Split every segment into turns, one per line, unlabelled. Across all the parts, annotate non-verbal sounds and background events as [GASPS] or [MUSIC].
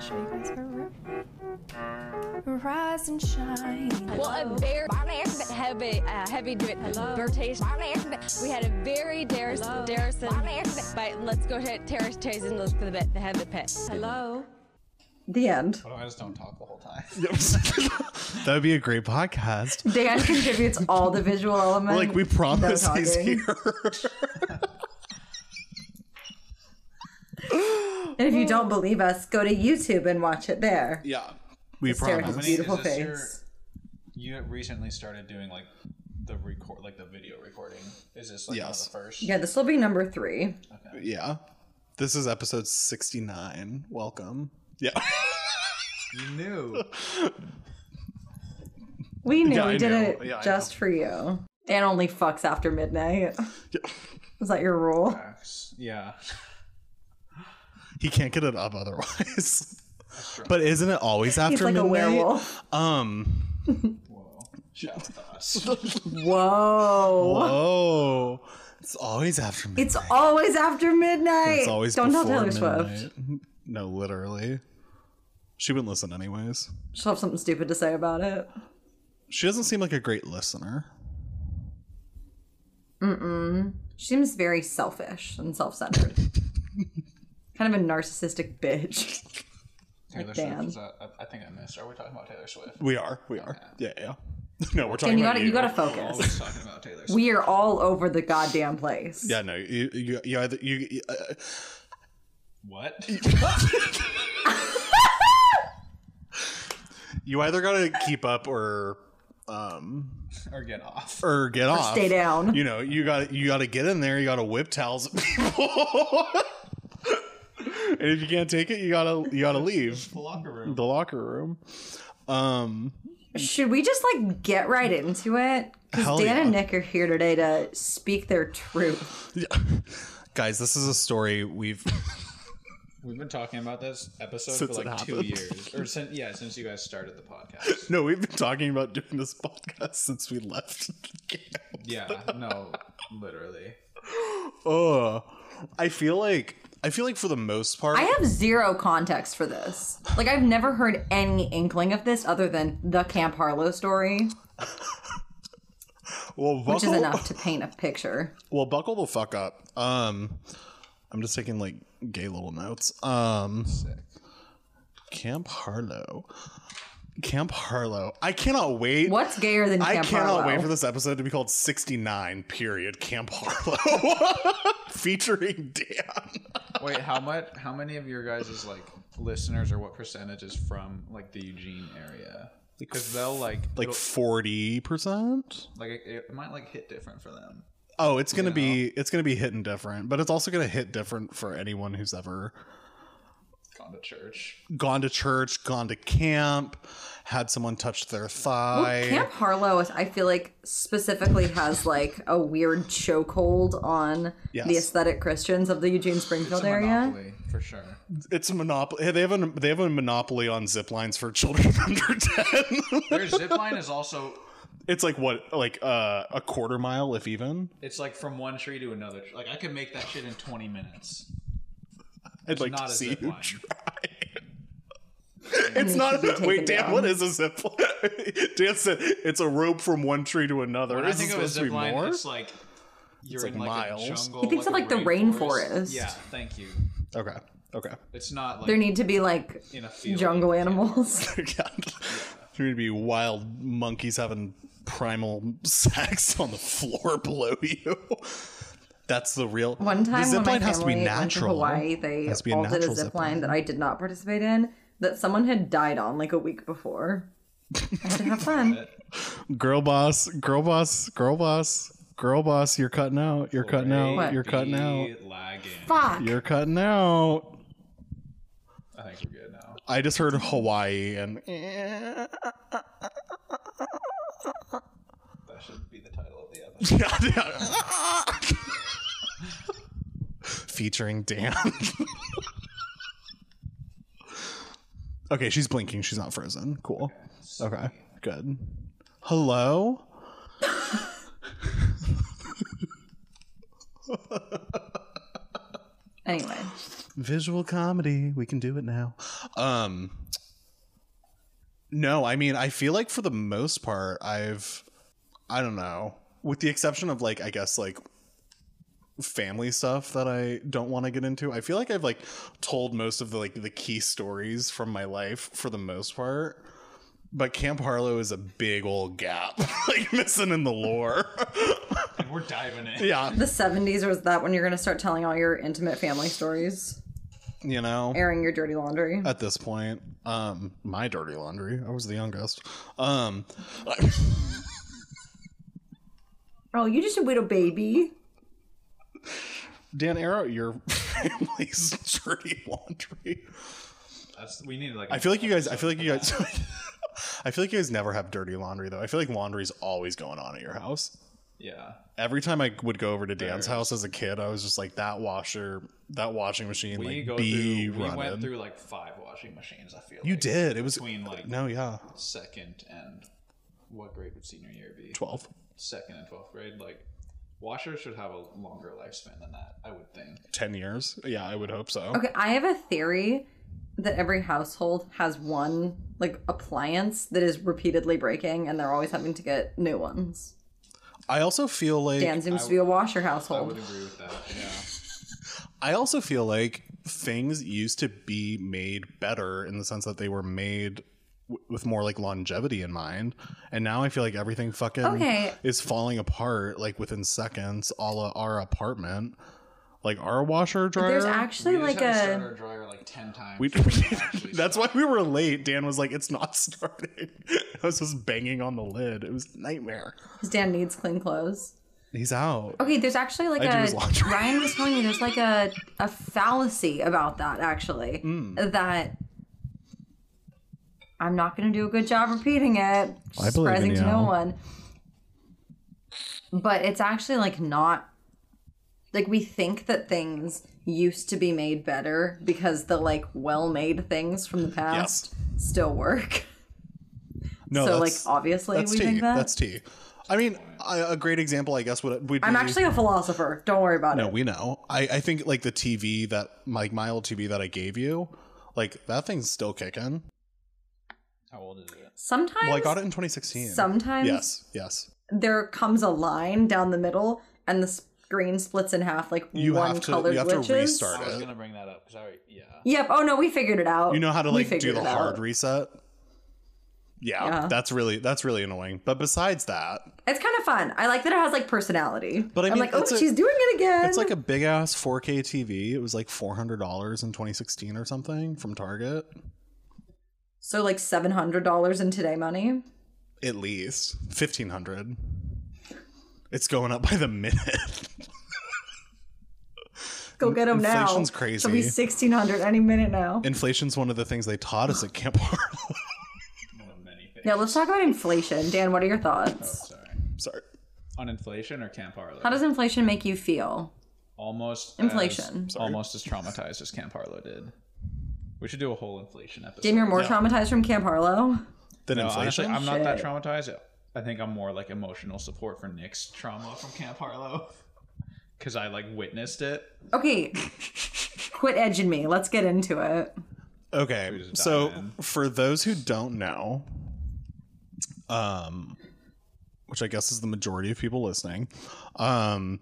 Show you guys our room. Rise and shine.
Well, a very barnacles, heavy, uh, heavy duet. Bertace. barnacles. We had a very Darris, Darrison. But let's go to Terrace Chase and look for the bit, the heavy pit.
Hello.
The end.
I just don't talk the
[LAUGHS]
whole time.
That would be a great podcast.
Dan contributes all the visual elements.
Like we promise
No
he's
talking.
here.
[LAUGHS]
And if you don't believe us, go to YouTube and watch it there.
yeah. We
Derek is
promise.
beautiful
is this
face.
your- You recently started doing like the record, like the video recording. Is this like
Yes.
one of the first?
Yeah, this will be number three.
Yeah. This is episode 69. Welcome. Yeah. [LAUGHS]
You knew.
We knew
Yeah,
we
I
did
know.
it
Yeah, I
just for you. Dan only fucks after midnight. Was that your rule?
yeah.
he can't get it up otherwise. But isn't it always after
He's like a
midnight?
werewolf.
Um.
Whoa. Shout thoughts.
Whoa.
Oh. It's always after midnight.
It's always after midnight.
It's always
Don't tell
before
Taylor Swift.
midnight. No, literally. She wouldn't listen anyways.
She'll have something stupid to say about it.
She doesn't seem like a great listener.
She seems very selfish and self
[LAUGHS]
centered. kind of a narcissistic bitch.
Taylor
Like
Swift
Dan.
is a- I- I think I missed. Are we talking about Taylor Swift?
We are. We are. Yeah, yeah. [LAUGHS] No, we're talking
And you
about
gotta you gotta
We're
focus.
always talking about Taylor Swift.
We are all over the goddamn place.
Yeah, no. You, you, you either you. you- uh,
[LAUGHS] What?
you either gotta keep up or um
or get off.
or get off
stay down.
you know you gotta you gotta get in there you gotta whip towels at people [LAUGHS] and if you can't take it you gotta you gotta leave
The locker room.
the locker room um [LAUGHS]
Should we just like get right into it? Because
Hell
Dan and
yeah.
Nick are here today to speak their truth.
guys this is a story we've [LAUGHS]
We've been talking about this episode
Since
for
it
like two
happened.
years, or since yeah, since you guys started the [LAUGHS] podcast.
no we've been talking about doing this podcast since we left the [LAUGHS] camp.
Yeah, no, literally.
Ugh. i feel like i feel like for the most part
I have zero context for this. Like I've never heard any inkling of this other than the Camp Harlow story,
well
which is
buckle-
enough to paint a picture.
well buckle the fuck up um i'm just taking like gay little notes um
Sick.
Camp Harlow. Camp Harlow. I cannot wait.
What's gayer than
I
Camp
cannot
Harlow?
wait for this episode to be called 69, period. Camp Harlow. [LAUGHS] Featuring Dan.
Wait, how much? How many of your guys' like listeners, or what percentage is from like the Eugene area? Because they'll like
Like
it'll-
40%?
like it, it might like hit different for them.
Oh, it's gonna be it's gonna be hitting different, but it's also gonna hit different for anyone who's ever
Gone to church.
gone to church, gone to camp, had someone touch their thigh.
Camp Harlow, I feel like specifically has like a weird chokehold on
Yes.
the aesthetic Christians of the Eugene Springfield
It's a
area.
monopoly for sure.
It's a monopoly. They have a they have a monopoly on zip lines for [LAUGHS] children under ten.
Their zip line is also
It's like what, like uh, a quarter mile, if even.
it's like from one tree to another. tree. Like I could make that shit in twenty minutes.
I'd like
not
to
a
see
zip
you
line.
try. it's not.
should be taken
Wait, Dan,
down.
what is a zip line? [LAUGHS] Dan said it's a rope from one tree to another.
When I
is it
think of a
supposed to be
zip line,
more?
it's like you're
It's
in
like
like
miles.
a jungle.
He thinks
like
of,
a
like, the rainforest.
Yeah, thank you.
Okay. Okay.
It's not like
There need to be like
in a field.
jungle animals. [LAUGHS]
[LAUGHS] yeah. There would be wild monkeys having primal [LAUGHS] sex on the floor below you. That's the real.
One time
the
when
zip
my
line
family
has to be natural.
went to Hawaii, they
Has to be a
all did a
natural
zip
zip
line that I did not participate in that someone had died on like a week before. I had to have fun.
girl boss, girl boss, girl boss, girl boss. You're cutting out. You're cutting out.
What?
You're cutting out.
Be Lagging.
Fuck.
You're cutting out.
I think we're good now.
I just heard Hawaii and
That should be the title of the episode.
[LAUGHS] featuring Dan. okay, she's blinking. She's not frozen. Cool. Okay, good. Hello?
Anyway,
Visual comedy. We can do it now. Um No, I mean, I feel like for the most part I've I don't know, with the exception of like I guess like family stuff that I don't want to get into. I feel like I've like told most of the like the key stories from my life for the most part. But Camp Harlow is a big old gap, [LAUGHS] like missing in the lore. [LAUGHS]
We're diving in.
yeah,
The 70s was that when you're going to start telling all your intimate family stories,
you know.
airing your dirty laundry.
at this point. Um, my dirty laundry. I was the youngest. Um,
oh, you just a widow baby.
Dan Arrow, your family's [LAUGHS] dirty laundry.
That's, we need like.
I feel like you guys. I feel like you guys. [LAUGHS] I feel like you guys never have dirty laundry though. I feel like laundry's always going on at your house.
Yeah.
Every time I would go over to Dan's house as a kid, I was just like that washer, that washing machine.
We
like,
go
be
through. We
running.
went through like five washing machines. I feel
You
like,
did. It was
between like
no, yeah,
second and what grade would senior year be?
twelve.
Second and twelfth grade. Like washers should have a longer lifespan than that. I would think.
10 years. Yeah, I would hope so.
Okay, I have a theory that every household has one like appliance that is repeatedly breaking and they're always having to get new ones.
I also feel like
Dan seems to be a washer household.
I agree with that. Yeah.
I also feel like things used to be made better in the sense that they were made w- with more like longevity in mind, and now I feel like everything fucking
Okay.
is falling apart like within seconds. All our apartment, like our washer dryer.
There's actually
We just
like
had to start our
a
dryer like ten times.
[LAUGHS] we,
before actually
that's
started.
why we were late. Dan was like, "It's not [LAUGHS] starting." I was just banging on the lid. It was a nightmare.
because Dan needs clean clothes.
He's out.
Okay, there's actually like
I do
a
his laundry.
Ryan was telling me there's like a a fallacy about that actually
Hmm.
that I'm not going to do a good job repeating it.
I believe in
surprising to no
you.
one. But it's actually like not like we think that things used to be made better because the like well-made things from the past still work.
No,
so like
that's-
obviously
that's
we
tea.
think that.
That's tea. I mean, I, a great example, I guess, would would
I'm
be-
actually a philosopher. Don't worry about
No,
it.
we know. I, I think like the TV that like my old TV that I gave you, like that thing's still kicking.
How old is it?
Sometimes
Well, I got it in 2016.
sometimes
Yes, yes.
there comes a line down the middle and the screen splits in half like
You
one
have to-
color
you have to
glitches.
restart.
I was
Uh,
gonna bring that up. Sorry. Yeah.
Yep. Oh no, we figured it out.
You know how to
We
like do
figured
the
it out.
hard reset. Yeah,
Yeah.
that's really that's really annoying. But besides that,
It's kind of fun. I like that it has like personality. But
I
I am
mean,
like, oh,
it's a-
she's doing it again.
it's like a big ass 4K TV. It was like four hundred dollars in 2016 or something from Target,
so like seven hundred dollars in today money.
at least fifteen hundred. It's going up by the minute.
Go get them now.
Inflation's crazy.
She'll be sixteen hundred any minute now.
Inflation's one of the things they taught
[LAUGHS]
us at Camp Harlow.
One of many things.
Now let's talk about inflation. Dan, what are your thoughts?
Sorry.
[LAUGHS] Sorry.
On inflation or Camp Harlow?
How does inflation make you feel?
almost
Inflation.
as, almost as traumatized as Camp Harlow did. We should do a whole inflation episode.
Damn, you're more
Yeah.
traumatized from Camp Harlow.
Then
No, honestly,
inflation.
I'm not that traumatized. I think I'm more like emotional support for Nick's trauma from Camp Harlow [LAUGHS] because I like witnessed it.
Okay, [LAUGHS] quit edging me. Let's get into it.
Okay,
just dive
so
in.
for those who don't know, um, which I guess is the majority of people listening, um,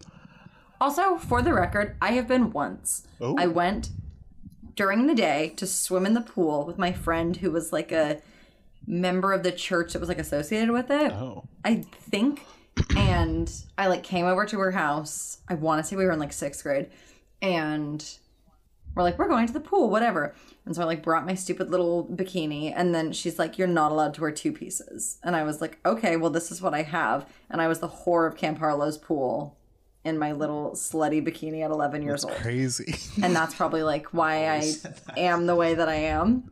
Also, for the record, I have been once.
Oh.
I went during the day to swim in the pool with my friend who was like a member of the church that was like associated with it.
oh,
I think. And I like came over to her house. I want to say we were in like sixth grade. And we're like, we're going to the pool, whatever. And so I like brought my stupid little bikini. And then she's like, you're not allowed to wear two pieces. And I was like, okay, well, this is what I have. And I was the whore of Camp Harlow's pool in my little slutty bikini at 11 years old.
crazy. [LAUGHS]
And that's probably like why I am the way that I am.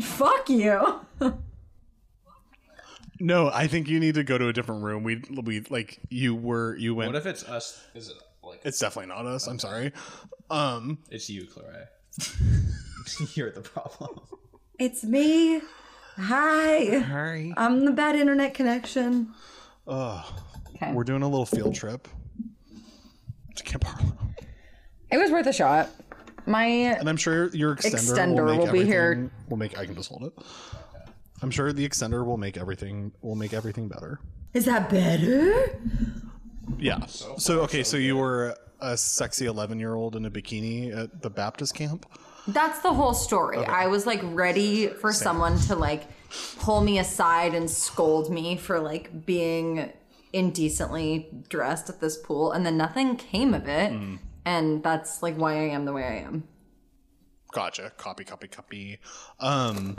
Fuck you.
no, I think you need to go to a different room. We we like you were you went.
What if it's us? Is it like
it's definitely not us. I'm sorry. Um,
it's you, Claire? [LAUGHS]
[LAUGHS]
You're the problem.
It's me. Hi.
sorry.
I'm the bad internet connection. Okay.
We're doing a little field trip to Camp Harlow.
It was worth a shot. My
And I'm sure your extender,
Extender
will, make
will be here.
everything- Will make I can just hold it. I'm sure the extender will make everything will make everything better.
is that better?
Yeah. So, okay, so you were a sexy 11 year old in a bikini at the Baptist camp.
That's the whole story. I was like ready for someone to like pull me aside and scold me for like being indecently dressed at this pool, and then nothing came of it. And that's like why I am the way I am.
Gotcha. Copy, copy, copy. Um,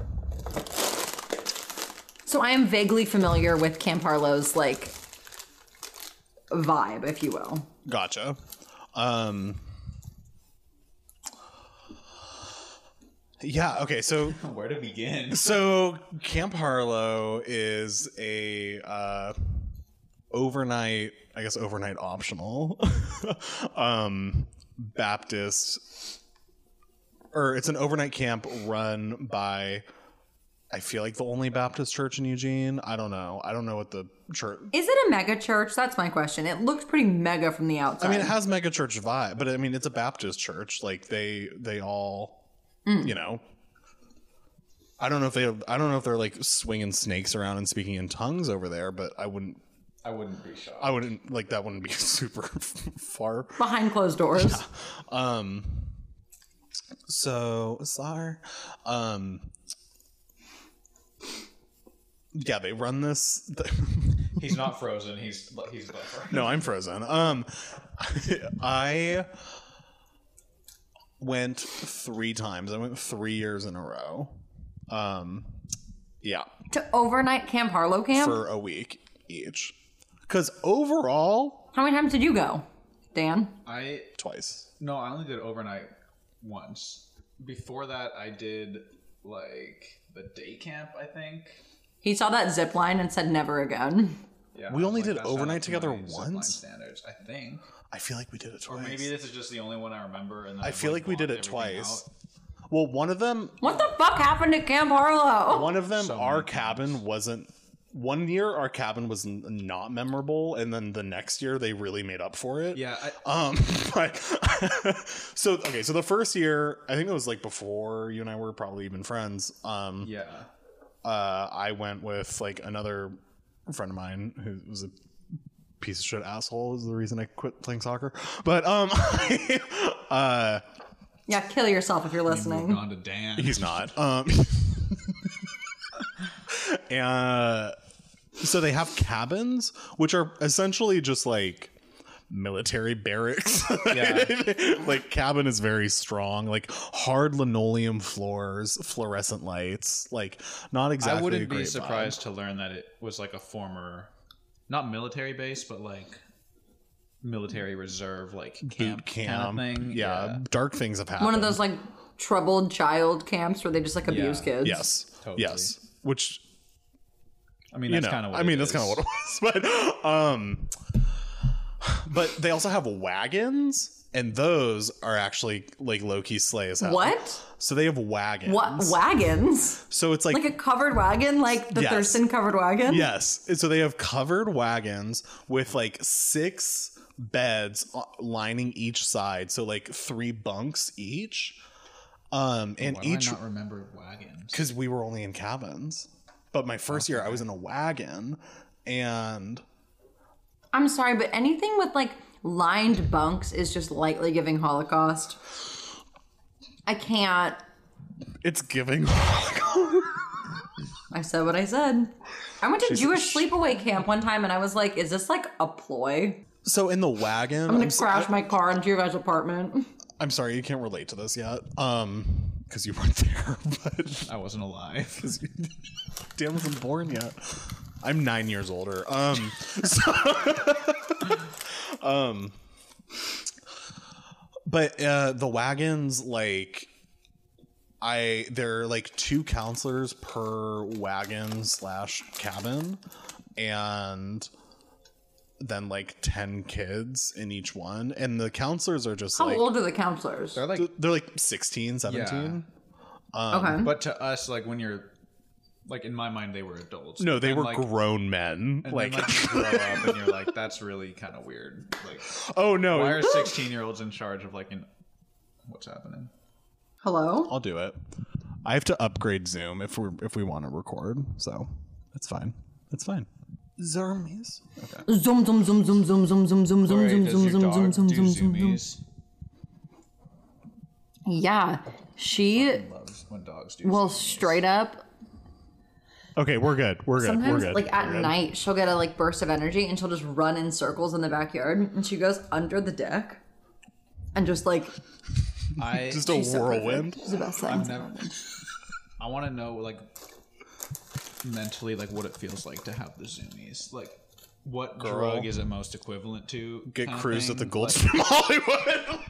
So I am vaguely familiar with Camp Harlow's like vibe, if you will.
gotcha. Um, yeah. Okay. So
Where to begin?
[LAUGHS] So Camp Harlow is a uh, overnight, I guess overnight optional [LAUGHS] um, Baptist, or it's an overnight camp run by. I feel like the only Baptist church in Eugene. I don't know. I don't know what the church.
Is it a mega church? That's my question. It looks pretty mega from the outside.
I mean, it has mega church vibe, but I mean, it's a Baptist church. Like they, they all, you know. I don't know if they, I don't know if they're like swinging snakes around and speaking in tongues over there, but I wouldn't,
I wouldn't be shocked.
I wouldn't like that wouldn't be [LAUGHS] super far.
Behind closed doors.
Um, so Sar, um, yeah, they run this.
He's not frozen. He's he's buffer.
No, I'm frozen. Um, I went three times. I went three years in a row. Um, yeah,
to overnight Camp Harlow camp?
for a week each. Because overall,
How many times did you go, Dan?
I
twice.
no, I only did overnight once. Before that, I did like the day camp. I think.
He saw that zip line and said never again.
Yeah,
We
I was
only did
"That's not
overnight
up to
together
my zip line
once?
Standards, I think.
I feel like we did it
Or
twice.
maybe this is just the only one I remember. And then
I
I've,
feel like we did
blocked
it
everything
twice.
out.
Well, one of them,
What the fuck happened at Camp Harlow?
one of them,
So
our
many
cabin wasn't. One year, our cabin was n- not memorable, and then the next year, they really made up for it.
Yeah, I,
Um, [LAUGHS] but so okay, so the first year, I think it was like before you and I were probably even friends. Um,
yeah.
uh, I went with like another friend of mine who was a piece of shit asshole. Is the reason I quit playing soccer. But um, [LAUGHS] uh,
Yeah, kill yourself if you're
Oh
Moved
listening.
on to Dan.
he's not. [LAUGHS] Um, uh, so they have cabins, which are essentially just like military barracks. [LAUGHS]
Yeah.
like cabin is very strong like hard linoleum floors fluorescent lights like not exactly
I
a
wouldn't
great
be
vibe.
surprised to learn that it was like a former, not military base, but like military reserve, like camp,
boot camp
kind of thing.
Yeah, dark things have happened
One of those like troubled child camps where they just like abuse
Yeah.
kids.
yes
Totally.
yes which
I mean,
you
that's
know
kind of.
i mean that's kind of what
[LAUGHS]
it was [LAUGHS] but um but they also have wagons and those are actually like low-key slay as hell
What?
so they have wagons
What wagons?
so it's like
Like a covered wagon, like the
Yes.
Thurston covered wagon?
Yes. And so they have covered wagons with like six beds o- lining each side. So like three bunks each. Um, and
Why do
each
I not remember wagons?
because we were only in cabins. But my first year, I was in a wagon, and
I'm sorry, but anything with like lined bunks is just lightly giving Holocaust. I can't.
it's giving. [LAUGHS]
I said what I said. I went to Jewish sleepaway camp one time and I was like, is this like a ploy?
so in the wagon,
I'm
I'm,
gonna crash my car into your guys' apartment.
I'm sorry you can't relate to this yet, um, because you weren't [LAUGHS] there. But
I wasn't
[LAUGHS]
alive.
because you damn wasn't born yet. I'm nine years older. Um, so, [LAUGHS] um, but uh, the wagons, like, I there are like two counselors per wagon slash cabin, and then like ten kids in each one, and the counselors are just
How
like um,
old are the counselors?
They're like,
they're like 16, 17.
okay.
but to us, like when you're, like in my mind, they were adults.
No,
But
they
then,
were
like,
grown men.
and then,
Like,
like, you grow up and you're like, that's really kind of weird. Like,
[LAUGHS] oh no, [LAUGHS]
why are 16 year olds in charge of like an, what's happening?
Hello?
I'll do it. I have to upgrade Zoom if we if we want to record, so that's fine. That's fine. Zoomies.
Zoom, zoom, zoom, zoom, zoom, zoom, zoom, zoom, zoom,
Gloria,
zoom,
does
zoom,
your
zoom, zoom,
dog
zoom,
do
zoom, zoom, zoom.
zoomies?
Yeah. She
Loves when dogs do.
will straight up
Okay, we're good. We're good. we're
sometimes
good.
like at
We're good.
night she'll get a like burst of energy and she'll just run in circles in the backyard and she goes under the deck and just like
zoomies. I
Just a whirlwind.
it's the best thing.
I've never. I want to know like mentally like what it feels like to have the zoomies. Like what drug is it most equivalent to?
Get
kind of
cruised at the
thing?
Gold
Like,
[LAUGHS]
from Hollywood.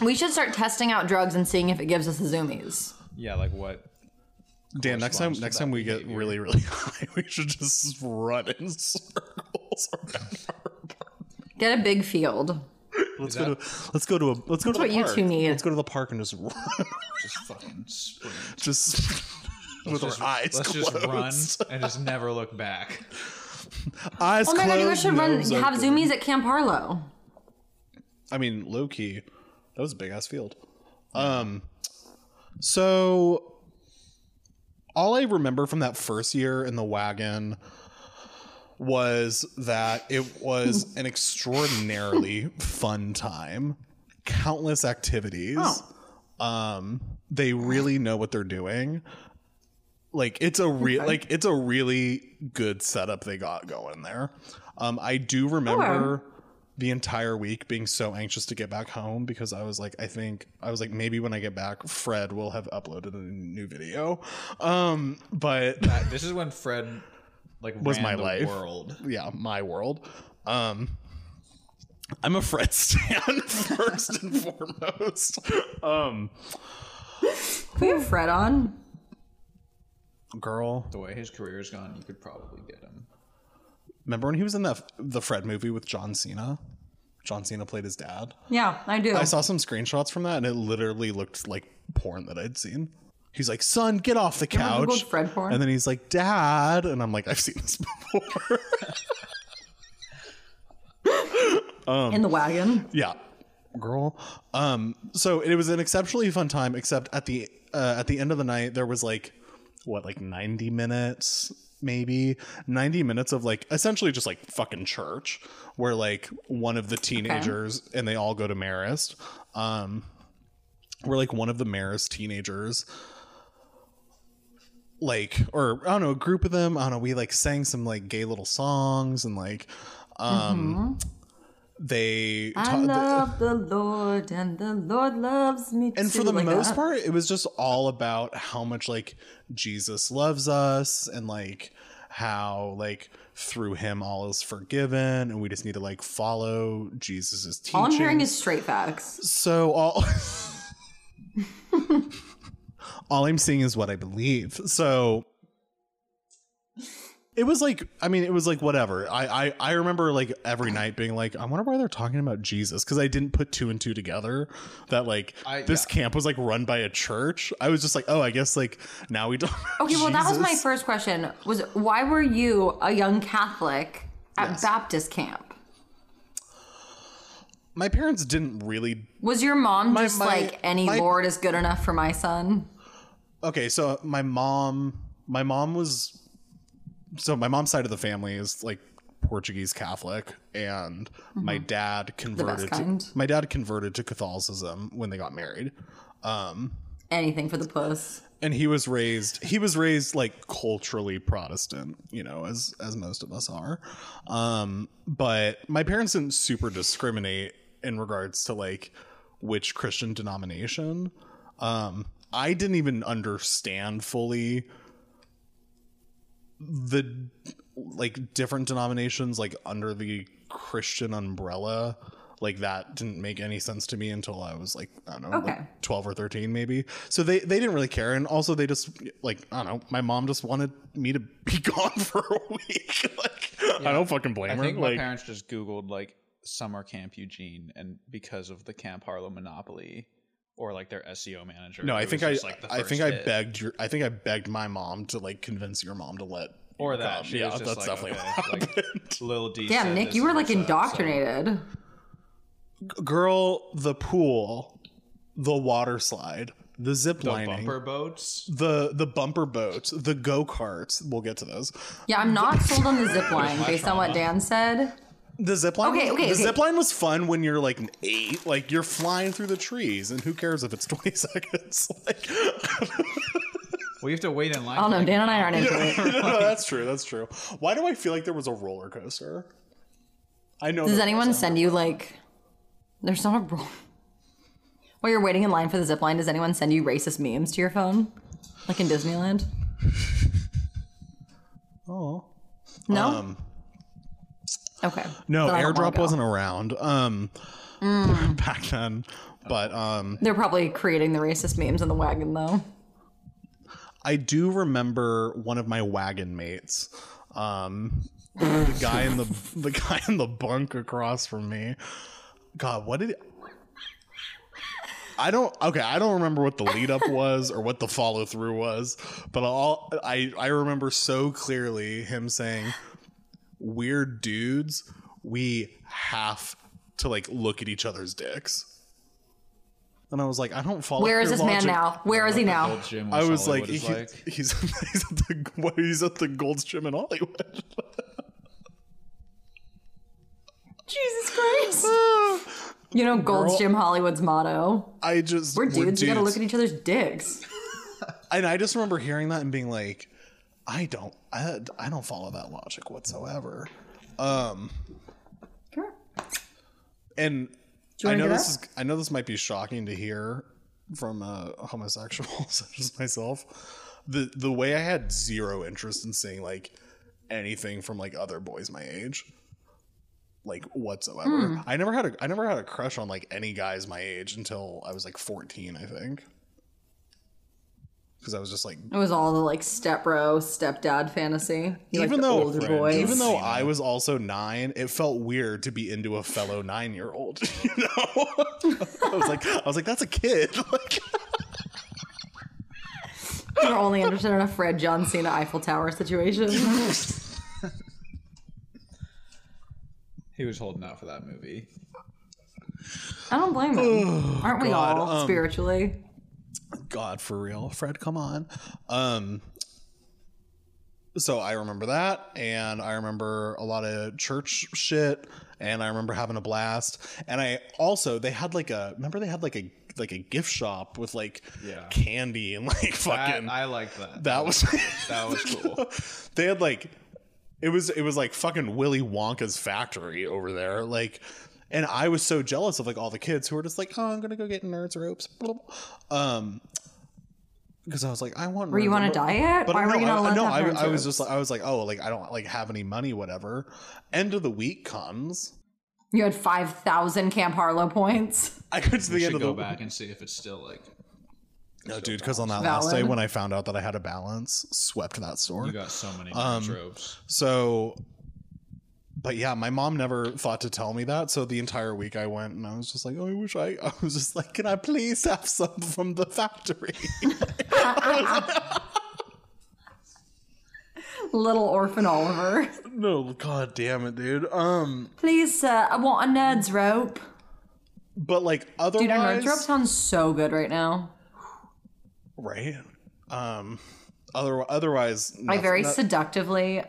We should start testing out drugs and seeing if it gives us the zoomies.
yeah, like what?
Dan, next time
to
next
that
time we get really really [LAUGHS] high, we should just run in circles. Around.
Get a big field.
Let's go to let's go to a let's go to
what
the
you
park.
two need.
Let's go to the park and just [LAUGHS] run,
Just fucking sprint.
just with
Just-
our eyes
Let's
closed.
just run and just never look back.
Eyes
Oh my god, you guys
closed,
should run
nose
have
open.
zoomies at Camp Harlow.
I mean, low key, that was a big ass field. Um, so all I remember from that first year in the wagon was that it was an extraordinarily fun time. Countless activities. Um, they really know what they're doing. Like it's a real, like it's a really good setup they got going there. Um, I do remember the entire week being so anxious to get back home because I was like, I think I was like, maybe when I get back, Fred will have uploaded a new video. Um, but
I- this is when Fred like
Was
ran
my
the
life.
world.
yeah, my world. Um, I'm a Fred Stan [LAUGHS] first and foremost. Um,
Can we have Fred on?
girl,
The way his career's gone, you could probably get him.
remember when he was in the the Fred movie with John Cena? John Cena played his dad.
Yeah, I do.
I saw some screenshots from that, and it literally looked like porn that I'd seen. He's like, "Son, get off the
Googled
couch."
Fred porn?
and then he's like, "Dad," and I'm like, "I've seen this [LAUGHS] before."
in the wagon.
yeah girl um so it was an exceptionally fun time except at the uh, at the end of the night there was like what like 90 minutes maybe 90 minutes of like essentially just like fucking church where like one of the teenagers and they all go to marist um where like one of the marist teenagers like or i don't know a group of them i don't know we like sang some like gay little songs and like um they
I
ta- the-
love the Lord and the Lord loves me
and
too.
for the
like uh,
most
that.
part it was just all about how much like jesus loves us and like how like through him all is forgiven and we just need to like follow jesus's teaching
all I'm hearing is straight facts.
so all [LAUGHS] all i'm seeing is what i believe so it was like i mean it was like whatever i i, I remember like every night being like i wonder why they're talking about jesus because i didn't put two and two together that like
I-
this
yeah.
camp was like run by a church i was just like oh i guess like now we don't
Okay, well that was my
Jesus.
first question. Was why were you a young Catholic at Baptist camp?
my parents didn't really
Was your mom just
my-
like any
my-
Lord is good enough for my son?
okay so my mom my mom was so my mom's side of the family is like portuguese catholic and my dad converted
kind.
to, my dad converted to catholicism when they got married um
Anything for the puss.
and he was raised he was raised like culturally protestant you know as as most of us are um but my parents didn't super discriminate in regards to like which christian denomination um i didn't even understand fully the like different denominations like under the christian umbrella like that didn't make any sense to me until i was like i don't know like,
Okay.
12 or 13 maybe so they they didn't really care and also they just like i don't know my mom just wanted me to [LAUGHS] be gone for a week [LAUGHS] like i don't fucking blame
I
her
think my
like
parents just Googled like summer camp Eugene, and because of the Camp Harlow monopoly, or like their SEO manager.
no
it
i
was
think i
just, like, the
i
first
think i
hit.
begged your i think i begged my mom to like convince your mom to let
or
you
that.
come.
She
yeah
was
that's
just like,
definitely what
okay,
happened.
like, [LAUGHS] Lil D.
Damn,
said
Nick,
this
you
is
were like
what's up, so-
indoctrinated.
girl the pool the water slide, the zip
The
lining,
bumper boats.
the the bumper boat, the go karts. We'll get to those.
Yeah, I'm not sold on the zip line based on what Dan said.
The zip line.
Okay, okay,
the
okay.
zip line was fun when you're like an eight, like you're flying through the trees, and who cares if it's [LAUGHS] twenty seconds? [LAUGHS] Like,
Well, you have to wait in line.
I don't know.
for,
Dan and I aren't into
[LAUGHS]
it.
no, that's true. That's true. Why do I feel like there was a roller coaster? I know.
Does
there
anyone
wasn't.
send you like? There's not a rule. While you're waiting in line for the zip line, does anyone send you racist memes to your phone, like in Disneyland?
Oh.
No.
Um,
okay.
No,
Then I don't wanna
airdrop
go.
wasn't around. Um, [LAUGHS] back then, but um,
They're probably creating the racist memes in the wagon though.
I do remember one of my wagon mates, um, the guy in the the guy in the bunk across from me. God, what did? I don't okay. I don't remember what the lead up was or what the follow through was, but all I I remember so clearly him saying, "Weird dudes, we have to like look at each other's dicks." And I was like, I don't follow.
Where is
your
this man
logic.
now? Where is he now?
Old Jim
I was
Hollywood
like,
is
he-
like,
[LAUGHS] he's he's at the [LAUGHS] what, he's at the Gold's Gym in Hollywood.
Jesus Christ! you know Gold's
Girl.
Gym Hollywood's motto:
[LAUGHS] I just
"We're dudes. We gotta look at each other's dicks."
and I just remember hearing that and being like, I don't I, I don't follow that logic whatsoever. Um,
Sure.
and
you
I
wanna
know
get
this is
up?
I know this might be shocking to hear from a homosexual [LAUGHS] such as myself. The the way I had zero interest in seeing like anything from like other boys my age. Like whatsoever.
Hmm.
I never had a I never had a crush on like any guys my age until I was like 14, I think. Cuz I was just like
It was all the like step bro, stepdad fantasy. You like
even though
older boys.
even though I was also nine, it felt weird to be into a fellow nine year old. [LAUGHS] You know, I was like, I was like, that's a kid. [LAUGHS] Like,
You're only interested in a Fred John Cena Eiffel Tower situation.
he was holding out for that movie.
I don't blame him. Aren't we
God,
all
um,
spiritually?
God, for real, Fred, come on. Um, so I remember that, and I remember a lot of church shit, and I remember having a blast. And I also they had like a remember they had like a like a gift shop with like
Yeah.
candy and like
I,
fucking
I like that.
that was [LAUGHS]
that was cool.
they had like it was it was like fucking Willy Wonka's factory over there like and I was so jealous of like all the kids who were just like oh I'm gonna go get nerds ropes blah, blah, blah. um because I was like I want
Were you
Nerds
on a
Ropes.
diet?
but
Why
no,
were you not
I,
allowed
no
to have
I,
Nerds
I was
Ropes?
just like I was like oh like I don't like have any money whatever end of the week comes
You had five thousand Camp Harlow points. [LAUGHS]
I go to
We
the end
should
of
go
the
back and see if it's still like
no dude because on that last
Valid.
day when I found out that I had a balance swept that store
you got so many
Um,
tropes.
So, but yeah, my mom never thought to tell me that. So the entire week I went and I was just like, oh, I wish I, [LAUGHS] I was just like, can I please have some from the factory? [LAUGHS]
Little orphan Oliver. [LAUGHS]
no, god damn it, dude. Um,
Please, sir, I want a Nerds rope.
but like
Dude, a
otherwise,
Nerds rope sounds so good right now.
right? Um, other, otherwise,
I
nothing-
very
no-
seductively.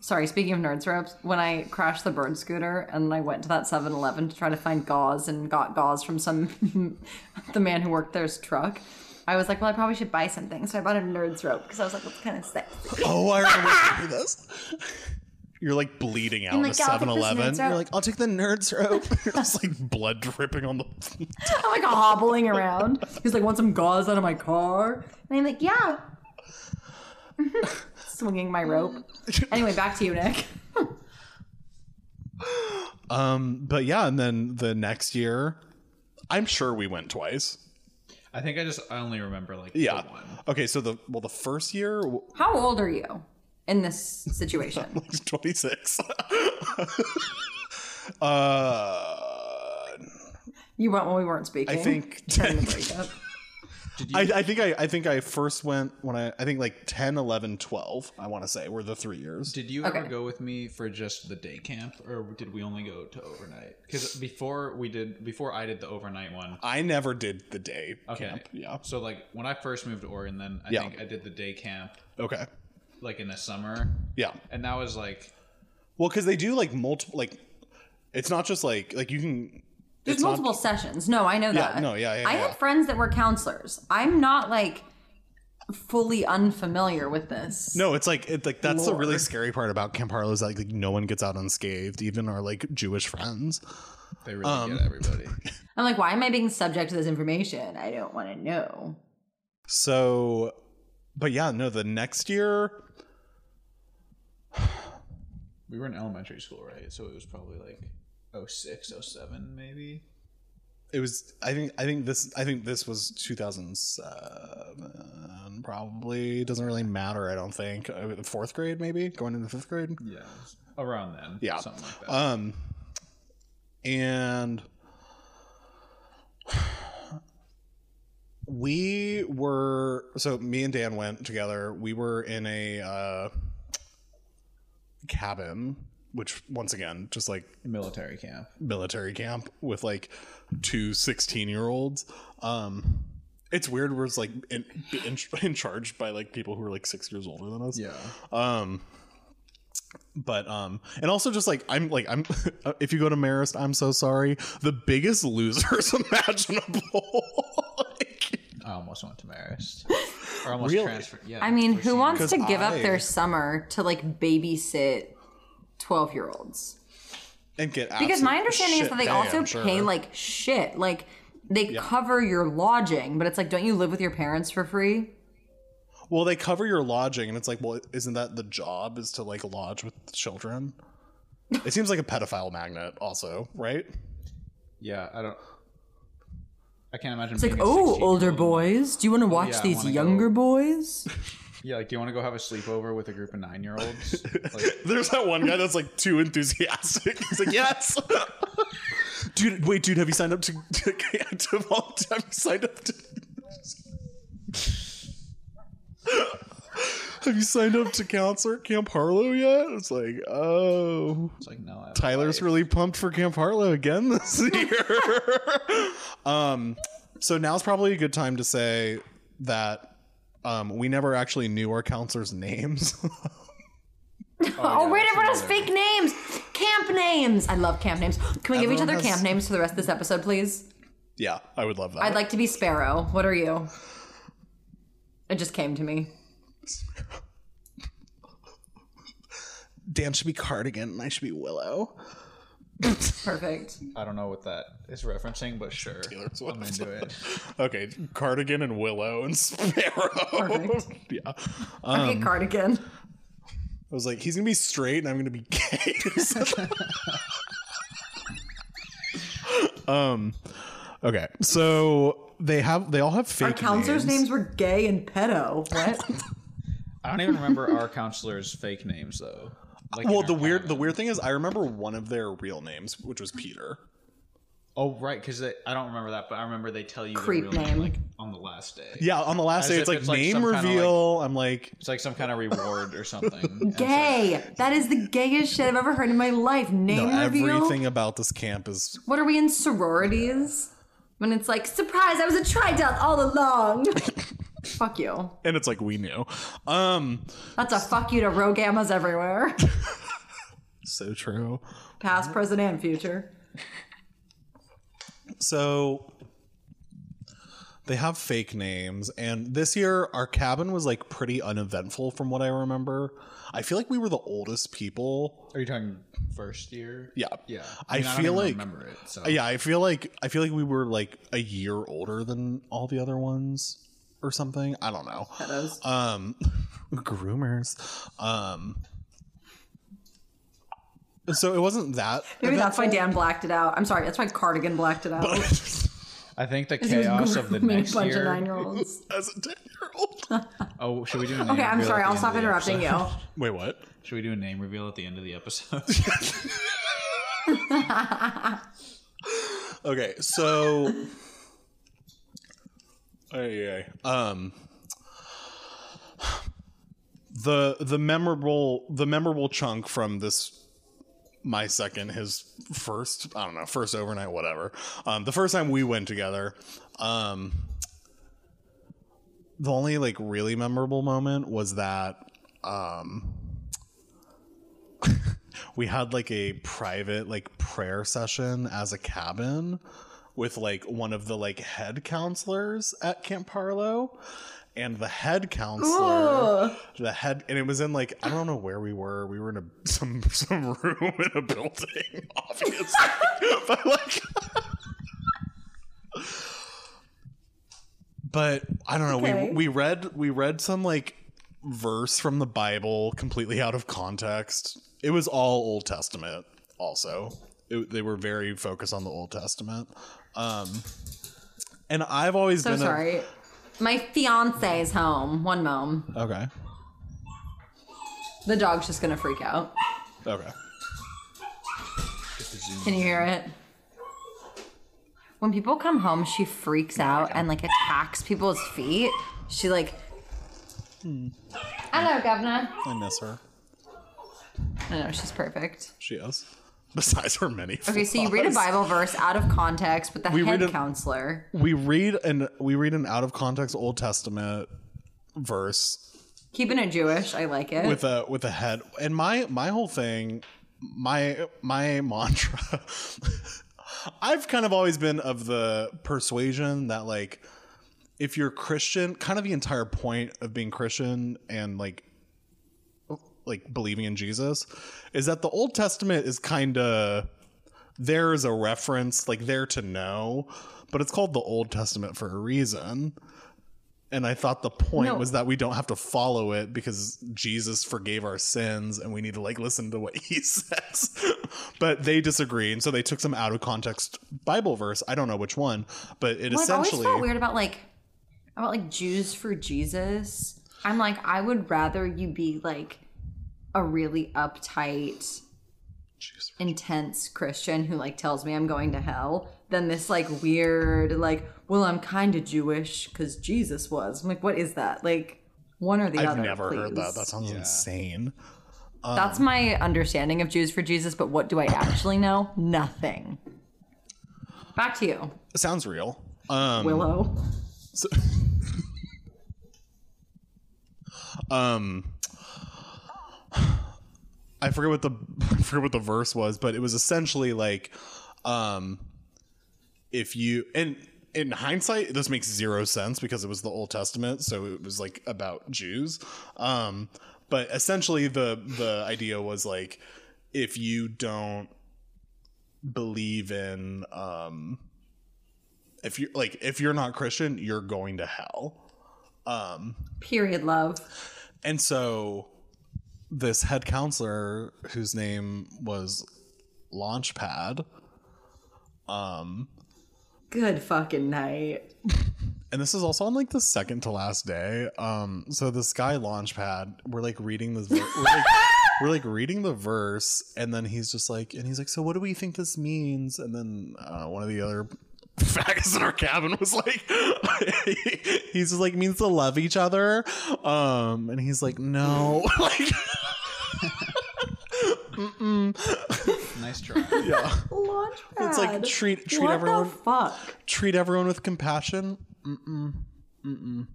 Sorry, speaking of Nerds ropes, when I crashed the bird scooter and I went to that 7 Eleven to try to find gauze and got gauze from some, [LAUGHS] the man who worked there's truck, I was like, well, I probably should buy something. So I bought a Nerds rope because I was like, that's kind of sick.
oh, I remember this. [LAUGHS] You're like bleeding out in a
like, "I'll take this
7 Eleven.
Nerds
You're
rope."
like, I'll take the nerds rope. [LAUGHS] You're just like blood dripping on the
I'm like hobbling around. He's like, want some gauze out of my car? And I'm like, yeah. [LAUGHS] Swinging my rope. Anyway, back to you, Nick.
But yeah, and then the next year, I'm sure we went twice.
I think I just I only remember like
Yeah.
Oh,
the one.
Okay, so the well, the first year w- [LAUGHS]
How old are you in this situation?
was [LAUGHS] 26. uh,
You went when we weren't speaking.
I think
[LAUGHS] During the
10, [LAUGHS]
breakup.
Did you?
I, I think I, I think I first went when I I think like 10, 11, 12, I want to say were the three years.
did you ever
Okay.
go with me for just the day camp, or did we only go to overnight? Because before we did, before I did the overnight one,
I never did the day
Okay.
camp. Yeah.
So like when I first moved to Oregon, then I
Yeah.
think I did the day camp
Okay.
like in the summer,
Yeah.
and that was like
Well, because they do like multiple like it's not just like like you can
There's
it's not-
multiple sessions. No, I know
Yeah,
that.
no, yeah, yeah,
I
yeah.
had friends that were counselors. I'm not like fully unfamiliar with this.
No, it's like it, like that's the really
Lord.
scary part about Camp Harlow is that like, no one gets out unscathed, even our like Jewish friends.
they really
Um,
get everybody. [LAUGHS]
I'm like, why am I being subject to this information? I don't want to know.
So, but yeah, no, the next year,
we were in elementary school, right? So it was probably like 06, 07 maybe.
it was I think I think this I think this was 2007 probably doesn't really matter I don't think Uh, fourth grade maybe going into fifth grade
Yeah, around then.
Yeah.
something like that.
um and we were so me and Dan went together we were in a uh cabin which once again just like
Military camp.
military camp with like two 16 year olds um it's weird we're just, like in, in, in charge by like people who are like six years older than us
Yeah.
um but um and also just like i'm like i'm [LAUGHS] if you go to marist i'm so sorry the biggest losers [LAUGHS] imaginable Like,
I almost went to Marist. Or almost
Really?
transferred. Yeah.
I mean,
for
who
senior.
wants to
'Cause
give up
I-
their summer to like babysit 12 year olds?
and get
Because
absolute
my understanding is
shit
that they
day,
also
I'm sure.
pay like shit. Like they cover your lodging, but it's like, don't you live with your parents for free?
well they cover your lodging and it's like well isn't that the job is to like lodge with children it seems like a pedophile magnet also right
Yeah, I don't. I can't imagine.
It's like,
being a
oh,
16
older boys, do you want to watch
yeah, I
these
wanna go-
younger boys?
Yeah, like, do you want to go have a sleepover with a group of nine year olds?
[LAUGHS]
Like,
There's that one guy that's like too enthusiastic. He's like, yes. dude, wait, dude, have you signed up to to, to vol- have you signed up to Have you signed up to counselor at Camp Harlow yet? It's like, oh,
it's like, no. I have a
Tyler's
life.
really pumped for Camp Harlow again this [LAUGHS] year. um, so now's probably a good time to say that um, we never actually knew our counselors' names. [LAUGHS]
Oh, wait, everyone has fake names. Camp names. I love camp names. Can we give each
Everyone
other
has-
camp names for the rest of this episode, please?
yeah, I would love that.
I'd like to be Sparrow. What are you? It just came to me.
Dan should be Cardigan and I should be Willow.
Perfect.
I don't know what that is referencing, but sure.
Taylor Swift.
I'm into it.
Okay, Cardigan and Willow and [LAUGHS] Sparrow.
Perfect.
yeah. I
okay, cardigan.
was like, he's gonna be straight and I'm gonna be gay. [LAUGHS] um Okay. So they have they all have fake
Our counselors' names. were gay and pedo. What?
I don't even remember our counselor's fake names, though. Like,
Well
in
the
our
weird
time.
the weird thing is I remember one of their real names, which was Peter.
Oh, right, because I don't remember that, but I remember they tell you
Creep
the real name
name.
like on the last day.
Yeah, on the last
As
day
if
it's like
it's, like,
name
some kinda,
reveal. I'm like
It's like some kind of reward or something.
[LAUGHS]
And it's like-
gay. That is the gayest shit I've ever heard in my life. Name
no,
reveal.
everything about this camp is
What are we in sororities? When it's like, surprise, I was a tridelt all along. fuck you.
and it's like we knew. Um
That's a fuck you to Rogamas
[LAUGHS]
everywhere,
so true.
past, present, and future.
So they have fake names, and this year our cabin was like pretty uneventful from what I remember. I feel like we were the oldest people.
Are you talking first year?
Yeah.
Yeah.
I
mean, don't
feel
even
like-
remember it. So
Yeah, I feel like I feel like we were like a year older than all the other ones or something. I don't know.
Pedos.
Um [LAUGHS] groomers. Um so it wasn't that [LAUGHS]
Maybe that's why Dan blacked it out. I'm sorry, that's why Cardigan blacked it out. [LAUGHS]
I think the
He was
chaos of the
grooming
next
a bunch of
year.
nine year
[LAUGHS]
olds.
as a 10-year-old.
oh, should we do? A name
Okay, I'm
reveal
sorry,
at the
I'll
end
stop
of the
interrupting
episode?
you.
Wait, what?
Should we do a name reveal at the end of the
[LAUGHS]
episode?
[LAUGHS] Okay, so Ay, ay. Um, the the memorable the memorable chunk from this my second his first I don't know first overnight whatever um, the first time we went together um, the only like really memorable moment was that um, we had like a private like prayer session as a cabin with like one of the like head counselors at Camp Harlow and the head counselor the head and it was in like I don't know where we were we were in a some [LAUGHS] some room in a building [LAUGHS] obviously but like [LAUGHS] but I don't know
Okay.
we we read we read some like verse from the Bible completely out of context it was all Old Testament also it, they were very focused on the Old Testament um and I've always
So
been a-
sorry. My fiance is home. One mom.
okay
The dog's just gonna freak out.
okay
Can you hear it? When people come home, she freaks out and like attacks people's feet. She like.
Hmm.
Hello, Governor.
I miss her
I know she's perfect.
She is. [LAUGHS] Besides her many.
Okay, so you read a
flaws.
Bible verse out of context with the
We
head
read a-
counselor.
We read and we read an out of context Old Testament verse
Keeping it Jewish, I like it.
with a with a head. And my my whole thing, my my [LAUGHS] mantra. I've kind of always been of the persuasion that like if you're Christian, kind of the entire point of being Christian and like like believing in Jesus is that the Old Testament is kind of there is a reference like there to know, but it's called the Old Testament for a reason. And I thought the point
No.
was that we don't have to follow it because Jesus forgave our sins and we need to like listen to what he [LAUGHS] says. but they disagree, and so they took some out of context Bible verse. I don't know which one, but it
Well, I've always
essentially
felt weird about like about like Jews for Jesus. I'm like, I would rather you be like a really uptight, intense Christian who like tells me I'm going to hell than this like weird like, well, I'm kind of Jewish because Jesus was. I'm like, what is that? Like one or the
I've
other.
never heard that.
please.
That sounds insane.
That's my understanding of Jews for Jesus, but what do I actually know? Nothing. Back to you,
It sounds real. Um,
Willow.
So- [LAUGHS] um I forget what the [LAUGHS] I forget what the verse was, but it was essentially like um if you and in hindsight this makes zero sense because it was the Old Testament, so it was like about Jews. Um but essentially the the idea was like if you don't believe in um if you're like if you're not christian you're going to hell Um,
Period, love.
and so this head counselor whose name was launchpad
Good fucking night.
and this is also on like the second to last day um so this guy launchpad we're like reading this ver- we're,
[LAUGHS]
like, we're like reading the verse and then he's just like and he's like so what do we think this means and then uh, one of the other [LAUGHS] faggots in our cabin was like [LAUGHS] he's just like means to love each other um and he's like no [LAUGHS] like
Nice try.
Launchpad.
it's like treat treat
what
everyone
the fuck?
treat everyone with compassion. Mm-mm. Mm-mm.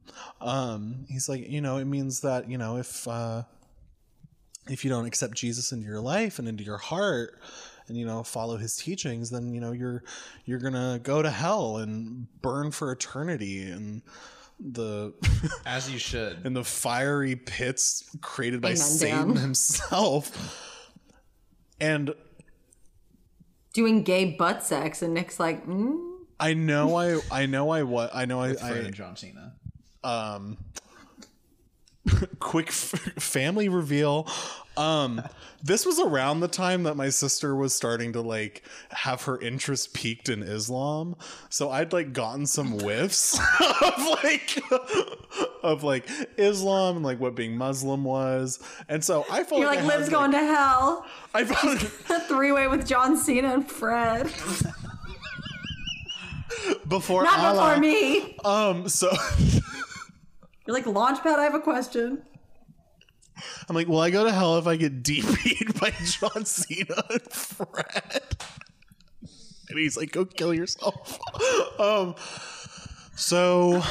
Um, he's like, you know, it means that, you know, if uh, if you don't accept Jesus into your life and into your heart and you know, follow his teachings, then you know, you're you're gonna go to hell and burn for eternity and the [LAUGHS]
As you should.
in the fiery pits created by
Amen,
Satan
Dan.
himself. And
Doing gay butt sex, and Nick's like, mm,
I know I I know I what I know I,
Friend
I
of John Cena.
um [LAUGHS] quick f- family reveal um this was around the time that my sister was starting to like have her interest peaked in islam so i'd like gotten some whiffs [LAUGHS] of like of like islam and like what being muslim was and so i felt
you're like,
I
Liv's
had,
going
like,
to hell. [LAUGHS]
i felt
The three way with John Cena and Fred.
before
Not
Allah.
before me.
Um, so
You're like Launchpad. I have a question.
I'm like, will I go to hell if I get [LAUGHS] DP'd by John Cena and Fred? And he's like, go kill yourself. [LAUGHS] um, so.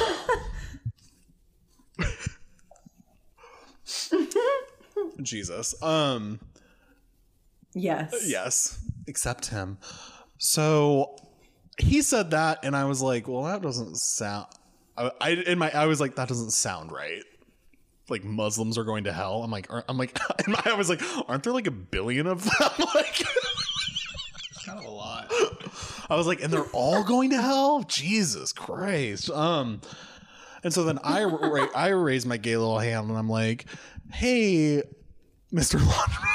Jesus. Um,
Yes.
yes, except him. So he said that, and I was like, well, that doesn't sound. I, I in my I was like, that doesn't sound right. Like Muslims are going to hell. I'm like, are- I'm like, [LAUGHS] in my- I was like, aren't there like a billion of them? [LAUGHS] Like,
kind of a
[GASPS]
lot.
I was like, and they're all going to hell. Jesus Christ. Um, and so then I ra- I raise my gay little hand and I'm like, hey, Mister Laundry.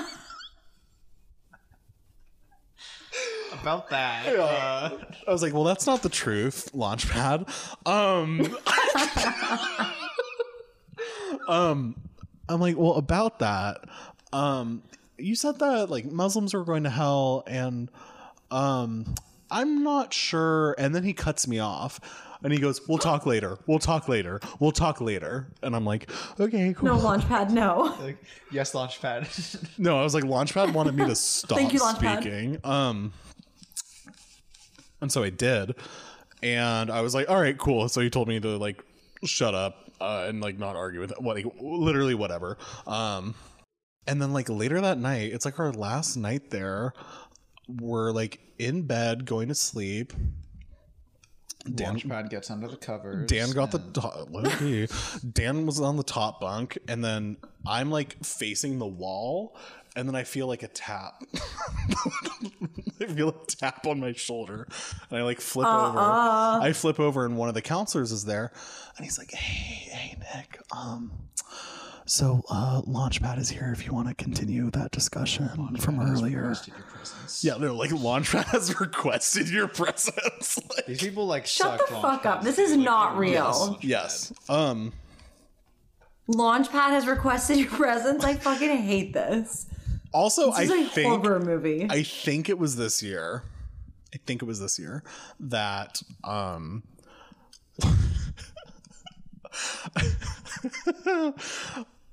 [LAUGHS]
About
[LAUGHS]
that. uh,
I was like, well, that's not the truth, Launchpad. Um, um, I'm like, well, about that, um, you said that like Muslims were going to hell, and um, I'm not sure. And then he cuts me off, and he goes, "We'll talk later. We'll talk later. We'll talk later." And I'm like, "Okay, cool."
No
No,
Launchpad. No.
like, yes, Launchpad. [LAUGHS]
I was like, Launchpad
[LAUGHS]
wanted me to stop
Thank you, Launchpad.
speaking. Um, and so I did. and I was like, "All right, cool." So he told me to like shut up uh, and like not argue with what, like, literally whatever. Um, and then like later that night, it's like our last night there. We're like in bed, going to sleep. Dan,
Launchpad gets under the covers.
Dan got the
and-
top. low-key. Dan was on the top bunk, and then I'm like facing the wall, and then I feel like a tap. [LAUGHS] I feel a tap on my shoulder, and I like flip over. I flip over, and one of the counselors is there, and he's like, "Hey, hey, Nick. Um, so uh, Launchpad is here if you want to continue that discussion from earlier."
Requested your presence.
Yeah, no, like Launchpad [LAUGHS] has requested your presence. [LAUGHS] Like-
These people like
Shut
suck
the fuck
Launchpads.
up. This
They,
is
like,
not
really
real.
suck Launchpad.
yes. Um.
Launchpad has requested your [LAUGHS] presence. I fucking hate this.
Also, I
This is a
think
horror movie.
I think it was this year. I think it was this year that um [LAUGHS]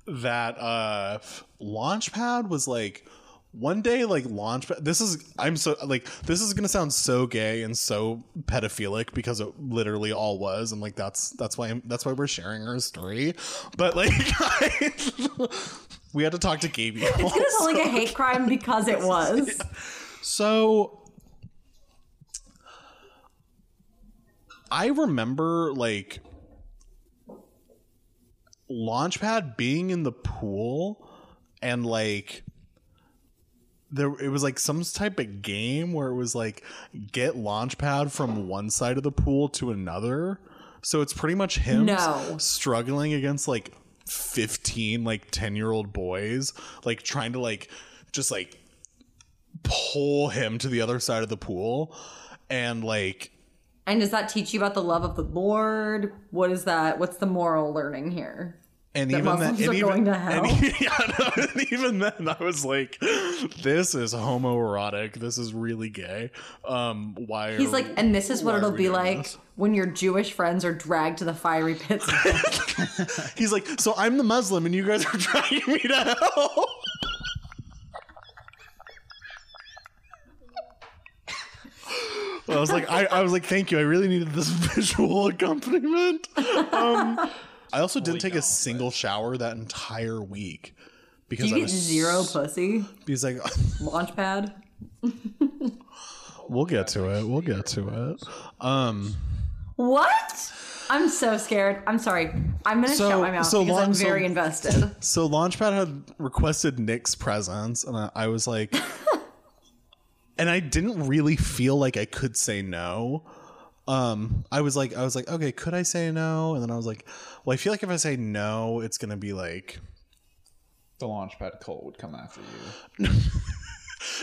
that uh Launchpad was like one day like Launchpad this is I'm so like this is going to sound so gay and so pedophilic because it literally all was and like that's that's why I'm, that's why we're sharing her story but like [LAUGHS] we had to talk to Gabriel
It's not like a hate crime because
[LAUGHS]
it was.
so I remember like Launchpad being in the pool and like there it was like some type of game where it was like get Launchpad from one side of the pool to another. So it's pretty much him
No.
struggling against like 15 like 10 year old boys like trying to like just like pull him to the other side of the pool and like
And does that teach you about the love of the Lord? What is that? What's the moral learning here?
and
That
even then
Muslims
and
are
even,
going to hell.
And, e- [LAUGHS] yeah, no, and even then i was like this is homoerotic this is really gay um why are-
He's like, and this is what
why are
it'll
we
be
doing
like
this?"
when your Jewish friends are dragged to the fiery
[LAUGHS]
pits.
[LAUGHS] he's like so i'm the muslim and you guys are [LAUGHS] dragging me to hell I was like, I, I was like, thank you. I really needed this [LAUGHS] visual accompaniment. Um, I also didn't take a single shower that entire week
Do
because
you
I
get
was
zero pussy?
He's like,
Launchpad?
we'll get to it. We'll get to it. Um,
What? I'm so scared. I'm sorry. I'm gonna
So-
shut my mouth
so
because I'm
long- so-
very invested.
so Launchpad had requested Nick's presence, and I, I was like, and I didn't really feel like I could say no. Um, I was like, I was like, okay, could I say no? And then I was like, well, I feel like if I say no, it's gonna be like
The Launchpad cult would come after
[LAUGHS]
you.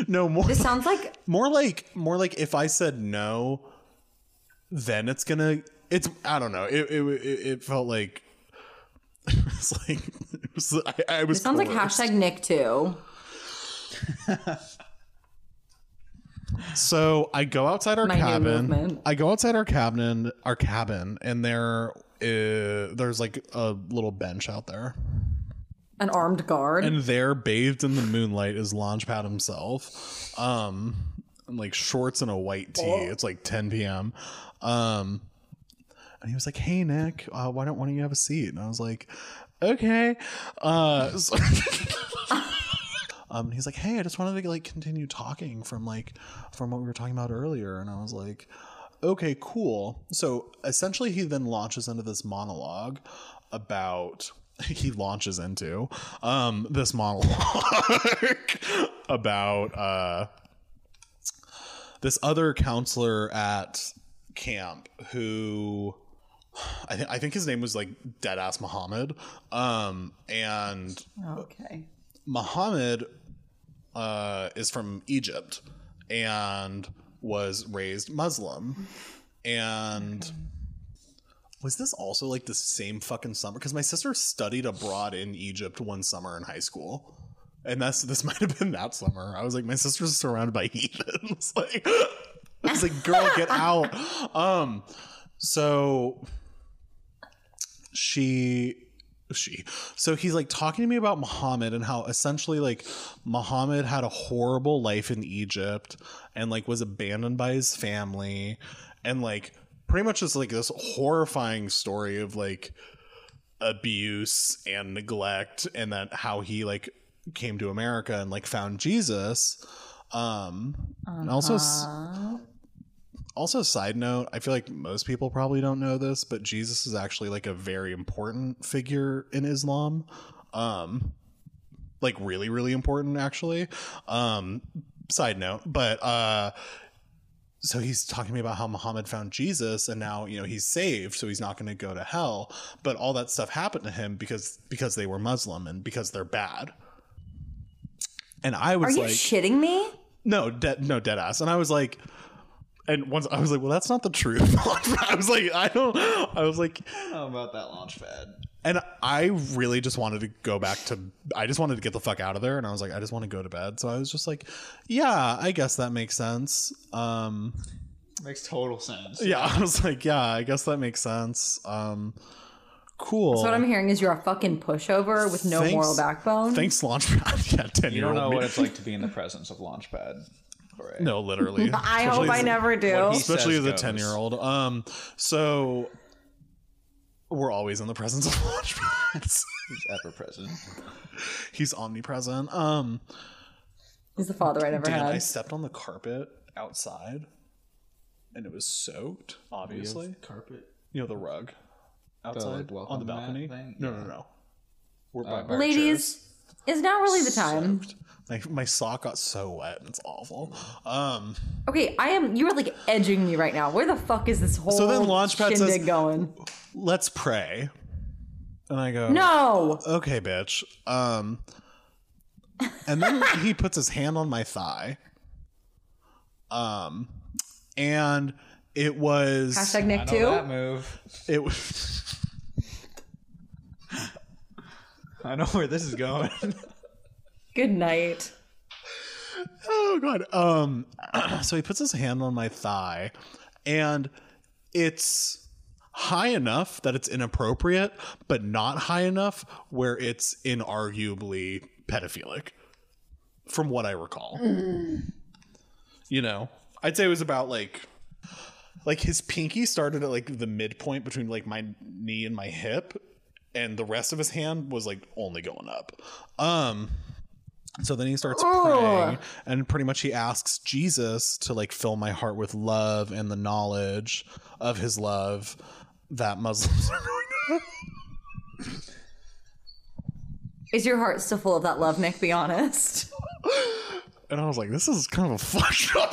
no more.
This sounds like
more like more like if i said no then it's gonna it's i don't know it it, it, it felt like [LAUGHS] it was like it was, I, I was
this sounds like
coerced.
hashtag Nick too.
So I go outside our
My new
cabin.
movement.
I go outside our cabin, our cabin, and there, uh, there's like a little bench out there,
An armed guard.
and there, bathed in the moonlight, is Launchpad himself, um, in, like shorts and a white tee. It's like 10 p.m. Um, and he was like, "Hey Nick, uh, why don't one of you have a seat?" And I was like, "Okay." Uh, [LAUGHS] so- um, and he's like, "Hey, I just wanted to like continue talking from like from what we were talking about earlier," and I was like, "Okay, cool." So essentially, he then launches into this monologue about [LAUGHS] he launches into um, this monologue [LAUGHS] about uh, this other counselor at camp who I, th- I think his name was like Deadass Muhammad, um, and
okay.
Muhammad uh, is from Egypt and was raised Muslim. And was this also like the same fucking summer? Because my sister studied abroad in Egypt one summer in high school. And that's this [LAUGHS] might have been that summer. I was like, my sister's surrounded by [LAUGHS] heathens. like, I was like, girl, get out. Um, so she she so he's like talking to me about muhammad and how essentially like muhammad had a horrible life in egypt and like was abandoned by his family and like pretty much just like this horrifying story of like abuse and neglect and then how he like came to america and like found jesus um and also s-
Uh-huh.
also side note i feel like most people probably don't know this but jesus is actually like a very important figure in islam um like really really important actually um side note but uh so he's talking to me about how Muhammad found Jesus and now, you know, he's saved, so he's not going to go to hell, but all that stuff happened to him because because they were Muslim and because they're bad. And I
Are
was
you
like
shitting me?
no, dead, no, dead ass. And I was like, and once I was like, well, that's not the truth. [LAUGHS] I was like, I don't. I was like,
I don't know about that launch pad.
and I really just wanted to go back to. I just wanted to get the fuck out of there. And I was like, I just want to go to bed. So I was just like, yeah, I guess that makes sense. Um,
Makes total sense.
yeah, [LAUGHS] I was like, yeah, I guess that makes sense. Um, cool.
So what I'm hearing is you're a fucking pushover with no
Thanks-
moral backbone.
Thanks, Launchpad. [LAUGHS] yeah, ten
You
year
don't know
old.
what it's like to be in the presence of
[LAUGHS]
Launchpad. Correct.
No, literally.
I hope I never do.
he-
especially
says
as a
goes.
10 year old um so we're always in the presence of [LAUGHS] launch pads
He's ever present.
he's omnipresent um
He's the father I never
damn i
had.
stepped on the carpet outside and it was soaked obviously
Carpet.
you know the rug outside
welcome
on the
mat
balcony
thing?
no
Yeah.
no no we're by
Oh.
our chairs.
Ladies, it's not really the time.
Soaked. my, my sock got so wet and it's awful um
Okay, I am. You are like edging me right now. Where the fuck is this whole
So then Launchpad
shindig
says- Oh.
going?
let's pray and i go
No,
okay, bitch. Um, and then [LAUGHS] he puts his hand on my thigh. Um, and it was
hashtag Nick
I know that
too.
move.
it was
I know where this is
[LAUGHS]
going.
Good night.
oh god. Um, [CLEARS THROAT] so he puts his hand on my thigh, and it's high enough that it's inappropriate, but not high enough where it's inarguably pedophilic, from what I recall. You know, I'd say it was about like like his pinky started at like the midpoint between like my knee and my hip and the rest of his hand was like only going up um so then he starts praying and pretty much he asks jesus to like fill my heart with love and the knowledge of his love that muslims are [LAUGHS] going to
Is your heart still full of that love, Nick? Be
[LAUGHS]
honest.
and i was like this is kind of a [LAUGHS] fucked up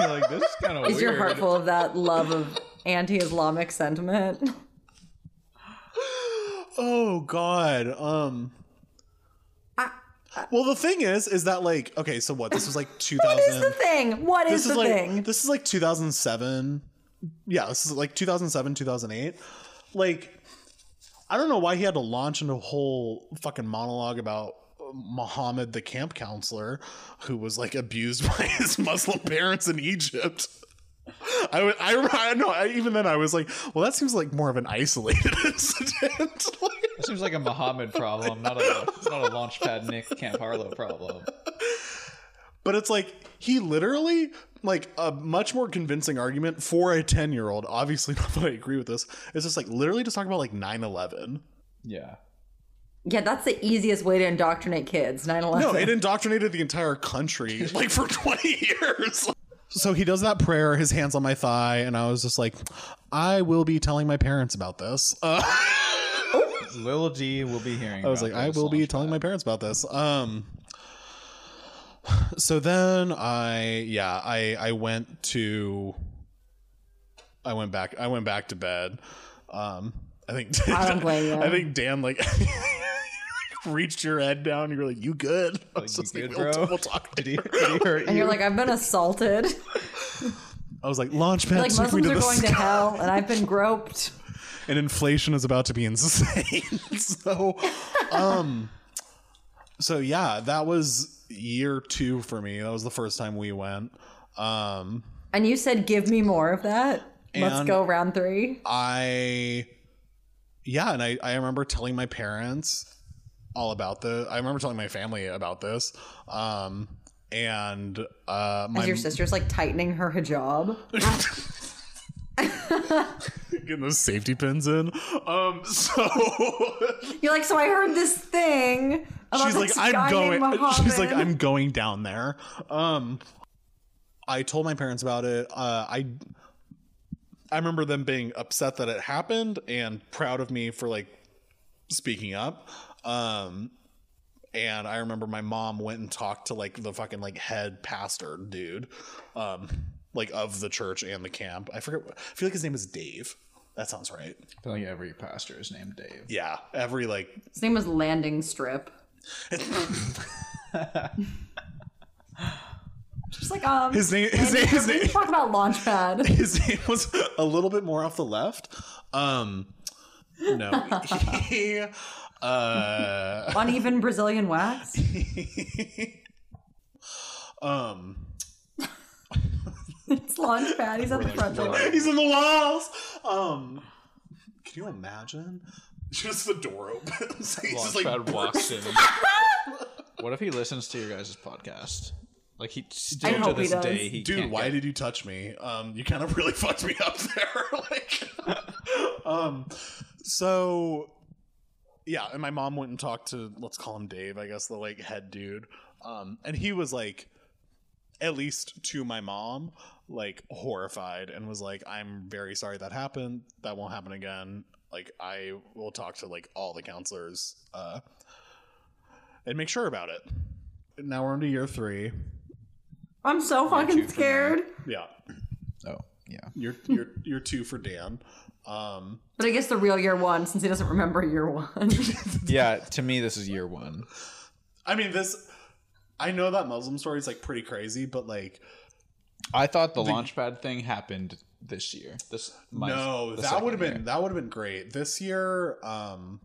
like this is kind of
Is
weird.
your heart full of that love of anti-Islamic sentiment? [LAUGHS]
Oh God. Um. well, the thing is, is that like okay? So what? This was like 2000.
[LAUGHS] What is the thing? What is
This
the
is like
thing?
this is like 2007. Yeah, this is like 2007, 2008. Like, I don't know why he had to launch into a whole fucking monologue about Muhammad, the camp counselor, who was like abused [LAUGHS] by his Muslim parents in Egypt. I was, I, I know, I, even then I was like, well, that seems like more of an isolated [LAUGHS] incident. [LAUGHS]
It seems like a Muhammad problem, not a not a Launchpad Nick Camp Harlow problem.
But it's like he literally like a much more convincing argument for a 10 year old. Obviously [LAUGHS] not that I agree with this. It's just like literally just talking about like 9-11.
Yeah.
Yeah, that's the easiest way to indoctrinate kids. 9 11.
No, it indoctrinated the entire [LAUGHS] country like for 20 years. So he does that prayer, his hands on my thigh, and I was just like, I will be telling my parents about this. Uh,
Lil G will be hearing.
I was like, I will be telling my parents about this. Um, [SIGHS] so then I, yeah, I, I went to, I went back, I went back to bed. Um, I think, [LAUGHS]
I don't blame you.
I think Dan like [LAUGHS] reached your head down. And you were like, you good? [LAUGHS] I was
"You
just
good,
we'll,
bro?"
we'll talk
[LAUGHS] Did he,
later.
did he hurt
and
you?
you're like, I've been assaulted.
I was like, launchpad,
like,
took me
Muslims
to
are
the
going to
sky."
hell, and I've been groped.
and inflation is about to be [LAUGHS] insane. so, um, so yeah, that was year two for me. That was the first time we went. Um,
And you said, Give me more of that. Let's
And-
go round three.
I, yeah, and I, I remember telling my parents all about the. I remember telling my family about this. Um, and uh, my
As your sister's like tightening her hijab.
[LAUGHS] getting those safety pins in. Um, [LAUGHS] so
You're like, So I heard this thing. About
she's like
this guy
i'm
named
going [LAUGHS] she's like
Muhammad."
i'm going down there um i told my parents about it uh i i remember them being upset that it happened and proud of me for like speaking up um and i remember my mom went and talked to like the fucking like head pastor dude um like of the church and the camp i forget i feel like his name is dave that sounds right
I feel like every pastor is named Dave.
yeah every like
His name was Landing Strip. Just like, um.
his name his name his name
Let's talk about Launchpad.
his name was a little bit more off the left. Um, [LAUGHS] no, he, uh, [LAUGHS]
uneven Brazilian wax. [LAUGHS]
um,
It's launch pad. He's at the front door.
he's in the walls. Um, can you imagine? Just the door opens. [LAUGHS] He's just like,
Launchpad
[LAUGHS]
walks in. what if he listens to your guys' podcast? Like he still to
hope he
this
does.
day he
dude,
can't
why
get-
did you touch me? Um, you kind of [LAUGHS] really fucked me up there. [LAUGHS] like, um, so yeah, and my mom went and talked to let's call him Dave, I guess the like head dude, um, and he was like, at least to my mom, like horrified and was like, "I'm very sorry that happened. That won't happen again. Like, I will talk to like all the counselors, uh, and make sure about it." Now we're into year three.
I'm so fucking scared.
Yeah,
Oh [LAUGHS] yeah.
You're you're you're two for Dan. Um,
But I guess the real year one, since he doesn't remember year one. [LAUGHS]
Yeah, to me this is year one.
I mean this. I know that Muslim story is like pretty crazy, but like
I thought the, launchpad thing happened this year. This my,
no, that would have been that would have been great this year. Um,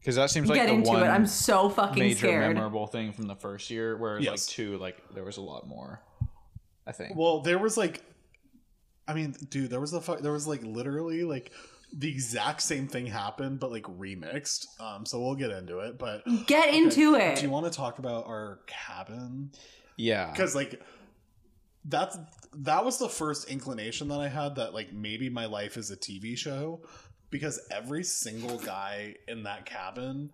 because that seems like
Get
the
into
one
it. I'm so fucking
major
scared.
memorable thing from the first year. Whereas
Yes.
like two, like there was a lot more. I think.
well, there was like, I mean, dude, there was the fuck. There was like literally like the exact same thing happened, but like remixed. Um, so we'll get into it. But do
Get into it.
you want to talk about our cabin?
yeah.
because like that's that was the first inclination that i had that like maybe my life is a tv show because every single guy in that cabin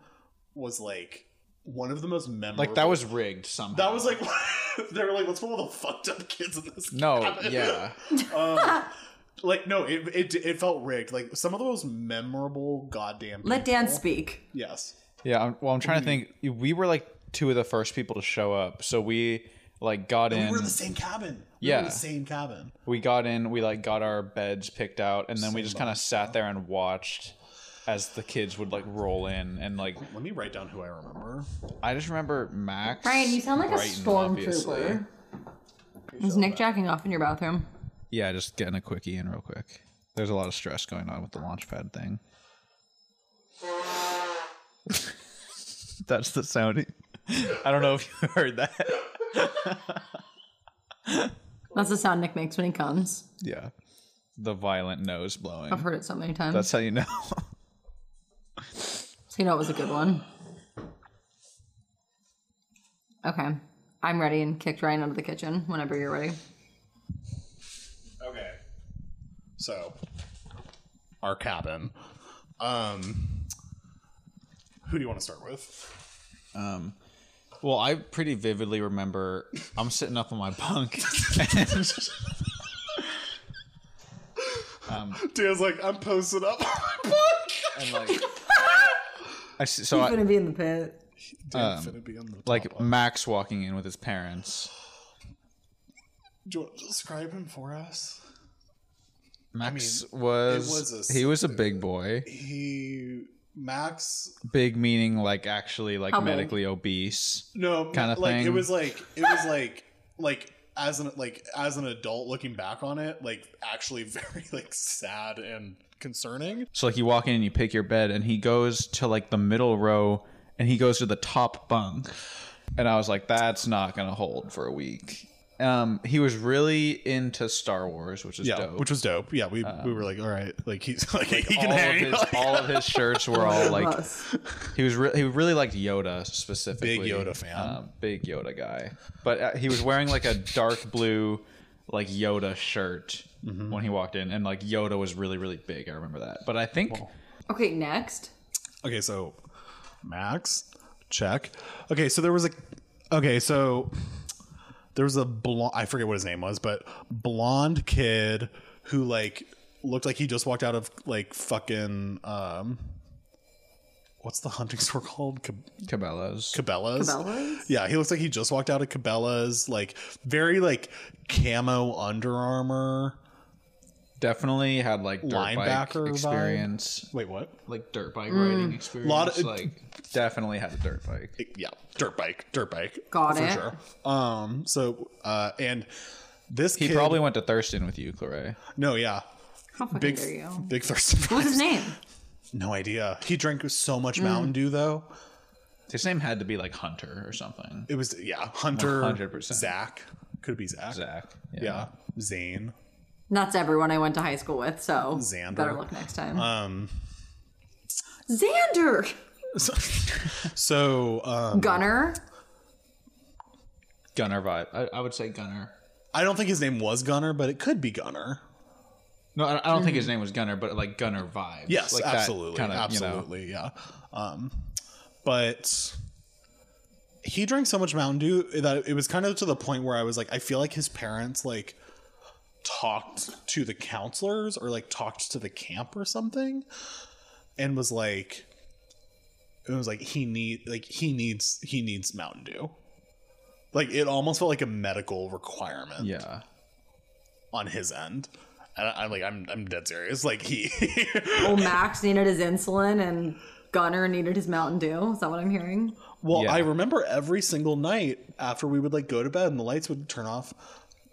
was like one of the most memorable
Like that was rigged somehow.
that was like [LAUGHS] they were like let's put all the fucked up kids in this [LAUGHS]
no.
cabin."
Yeah.
like no it, it it felt rigged like some of the most memorable goddamn
Let
people.
Dan speak.
yes
Yeah, I'm, well, I'm trying to
Mm.
think. We were like two of the first people to show up, so we like got
we
in.
were
We,
in the same cabin we were
Yeah.
in the same cabin
got in. We like got our beds picked out, and then we just kind of sat there and watched as the kids would like roll in, and like
let me write down who i remember
I just remember Max.
Brian, you sound like a
Brighton, obviously.
stormtrooper. Is Nick jacking off in your bathroom?
Yeah, just getting a quickie in real quick. There's a lot of stress going on with the launchpad thing. [LAUGHS] That's the sound. he- I don't know if you heard that.
That's the sound Nick makes when he comes.
Yeah. The violent nose blowing.
I've heard it so many times.
That's how you know. [LAUGHS]
so you know it was a good one. Okay. I'm ready and kicked Ryan out of the kitchen whenever you're ready.
Okay. So, our cabin. Um, who do you want to start with? [LAUGHS]
Um, Well, I pretty vividly remember I'm sitting up on my bunk [LAUGHS] and
Dan's like, I'm posted up on my [LAUGHS] book.
[LAUGHS]
and like I s- so I,
be in the pit.
Dan's gonna be on the top
Um, like
up.
Max walking in with his parents.
Do you want to describe him for us?
Max was,
was a
he was a big boy.
He Max.
Big meaning like actually like
How big?
medically obese.
No,
Kinda
like it
thing.
was like it was like like as an like as an adult looking back on it, like actually [LAUGHS] very like sad and concerning.
So like you walk in and you pick your bed and he goes to like the middle row and he goes to the top bunk. And I was like, that's not gonna hold for a week. Um, he was really into Star Wars, which is
Yeah,
dope. Um,
which was dope. Yeah, we we were like, all right, like he's [LAUGHS] like, he can
all, of
hang.
his, all of his shirts
[LAUGHS]
were all like he was re- he really liked Yoda specifically.
Big Yoda fan.
Um, big Yoda guy. But uh, he was wearing like a dark blue like Yoda shirt
Mm-hmm.
when he walked in, and like Yoda was really really big. I remember that. But I think
Okay, next.
Okay, so Max, check. Okay, so there was a okay, so there was a blonde I forget what his name was, but blonde kid who like looked like he just walked out of like fucking um what's the hunting [LAUGHS] store called? Cab-
Cabela's.
Cabela's.
Cabela's?
Yeah, he looks like he just walked out of Cabela's, like very like camo Under Armour.
definitely had like dirt
Linebacker vibe?
bike experience,
Wait, what?
like dirt bike riding experience.
Lot of-
like definitely had a dirt bike.
yeah, dirt bike, dirt bike.
Got
for
it.
sure. Um, so uh, and this
He
kid,
probably went to Thurston with you, Claret.
no, yeah,
How fucking
big,
dare you?
big Thurston.
[LAUGHS] What's his Mm. name?
[LAUGHS] No idea. He drank so much Mountain Dew though.
His name had to be like Hunter or something.
It was yeah, Hunter,
100%.
Zach, could it be Zach,
Zach.
yeah, Zane.
That's everyone I went to high school with, so
Xander.
better luck next time.
Uh,
Um,
Xander!
so, so um,
Gunner?
Gunner vibe. I, I would say Gunner.
I don't think his name was Gunner, but it could be Gunner.
No, I I don't think his name was Gunner, but like Gunner vibes.
Hmm. Yes,
like that
absolutely,
kinda, you know.
absolutely, yeah. Um, but he drank so much Mountain Dew that it was kind of to the point where I was like, I feel like his parents like talked to the counselors or like talked to the camp or something, and was like, it was like he need like he needs he needs Mountain Dew. Like it almost felt like a medical requirement
yeah.
on his end. And I, I'm like, I'm I'm dead serious. Like he [LAUGHS]
Well, Max needed his insulin and Gunner needed his Mountain Dew. Is that what I'm hearing?
Well,
Yeah.
I remember every single night after we would like go to bed and the lights would turn off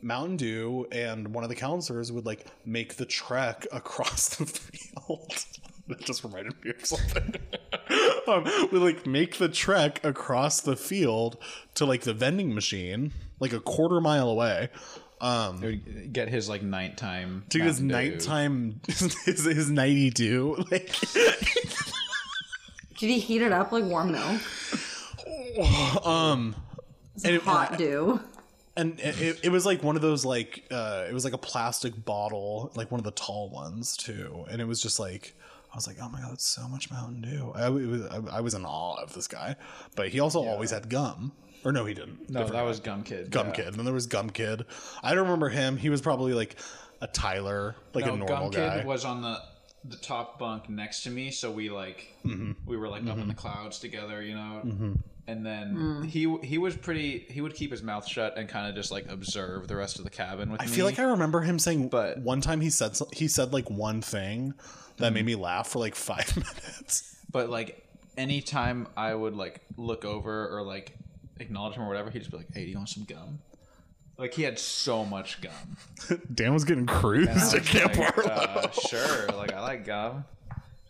Mountain Dew and one of the counselors would like make the trek [LAUGHS] across the field. [LAUGHS] that just reminded me of something. [LAUGHS] um, we like make the trek across the field to like the vending machine, like a quarter mile away. Um
It would get his like nighttime.
to his
Mountain Dew.
nighttime [LAUGHS] his, his nighty dew. [LAUGHS]
[LAUGHS]
Like
Did he heat it up like warm
[LAUGHS]
milk?
um and it-
Hot dew.
and it, it- it was like one of those like uh it was like a plastic bottle like one of the tall ones too and it was just like i was like oh my god that's so much mountain dew i was, I, I was in awe of this guy but he also always had gum or no he didn't
No, that was Gum Kid.
gum
yeah.
kid and then there was gum kid i don't remember him he was probably like a tyler like
No,
a normal
Gum
guy
Kid was on the the top bunk next to me, so we like
Mm-hmm.
we were like up in the clouds together, you know. And then he he was pretty. He would keep his mouth shut and kind of just like observe the rest of the cabin with
I
me.
feel like I remember him saying,
But-
one time he said so- he said like one thing that
Mm-hmm.
made me laugh for like [LAUGHS] five minutes.
but like anytime I would like look over or like acknowledge him or whatever, he'd just be like, "Hey, do you want some gum?" Like he had so much gum.
Dan was getting cruised at Camp
Like,
Barlow.
uh, sure, like I like gum,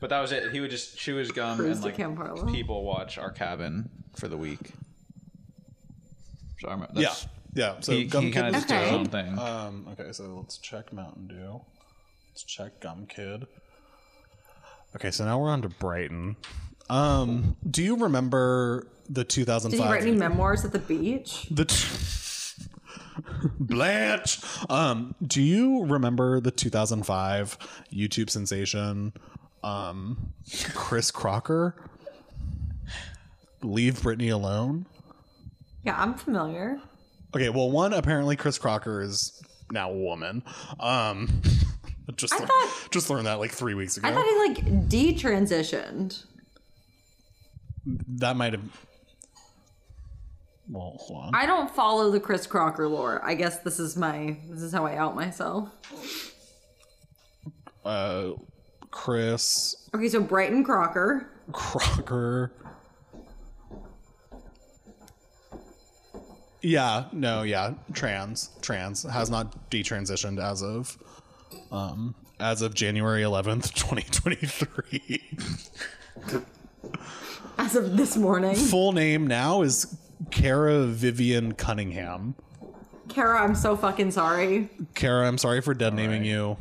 but that was it. He would just chew his gum
Cruise
and
to
like
Camp Harlow.
people watch our cabin for the week. Sorry, Matt,
Yeah.
that's,
Yeah. So
He,
Gum Kid
kind of
is
did his
Okay.
own thing.
Um, okay, so let's check Mountain Dew. Let's check Gum Kid. Okay, so now we're on to Brighton. Um, do you remember the
Did he write any
2005
memoirs at the beach?
the t- Blanche? Um, do you remember the 2005 YouTube sensation um Chris Crocker? Leave Britney alone.
Yeah, I'm familiar.
Okay, well, one apparently Chris Crocker is now a woman. Um, [LAUGHS] just learned,
thought-
just learned that like three weeks ago.
I thought he like detransitioned.
that might have. Well, hold on.
I don't follow the Chris Crocker lore. I guess this is my this is how I out myself.
uh, Chris
Okay, so Brighton Crocker.
Crocker. Yeah, no, yeah, trans, trans has not detransitioned as of, um, as of January eleventh, twenty twenty three.
As of this
[LAUGHS]
morning.
Full name now is Kara Vivian Cunningham.
Kara, I'm so fucking sorry.
Kara, I'm sorry for dead naming you,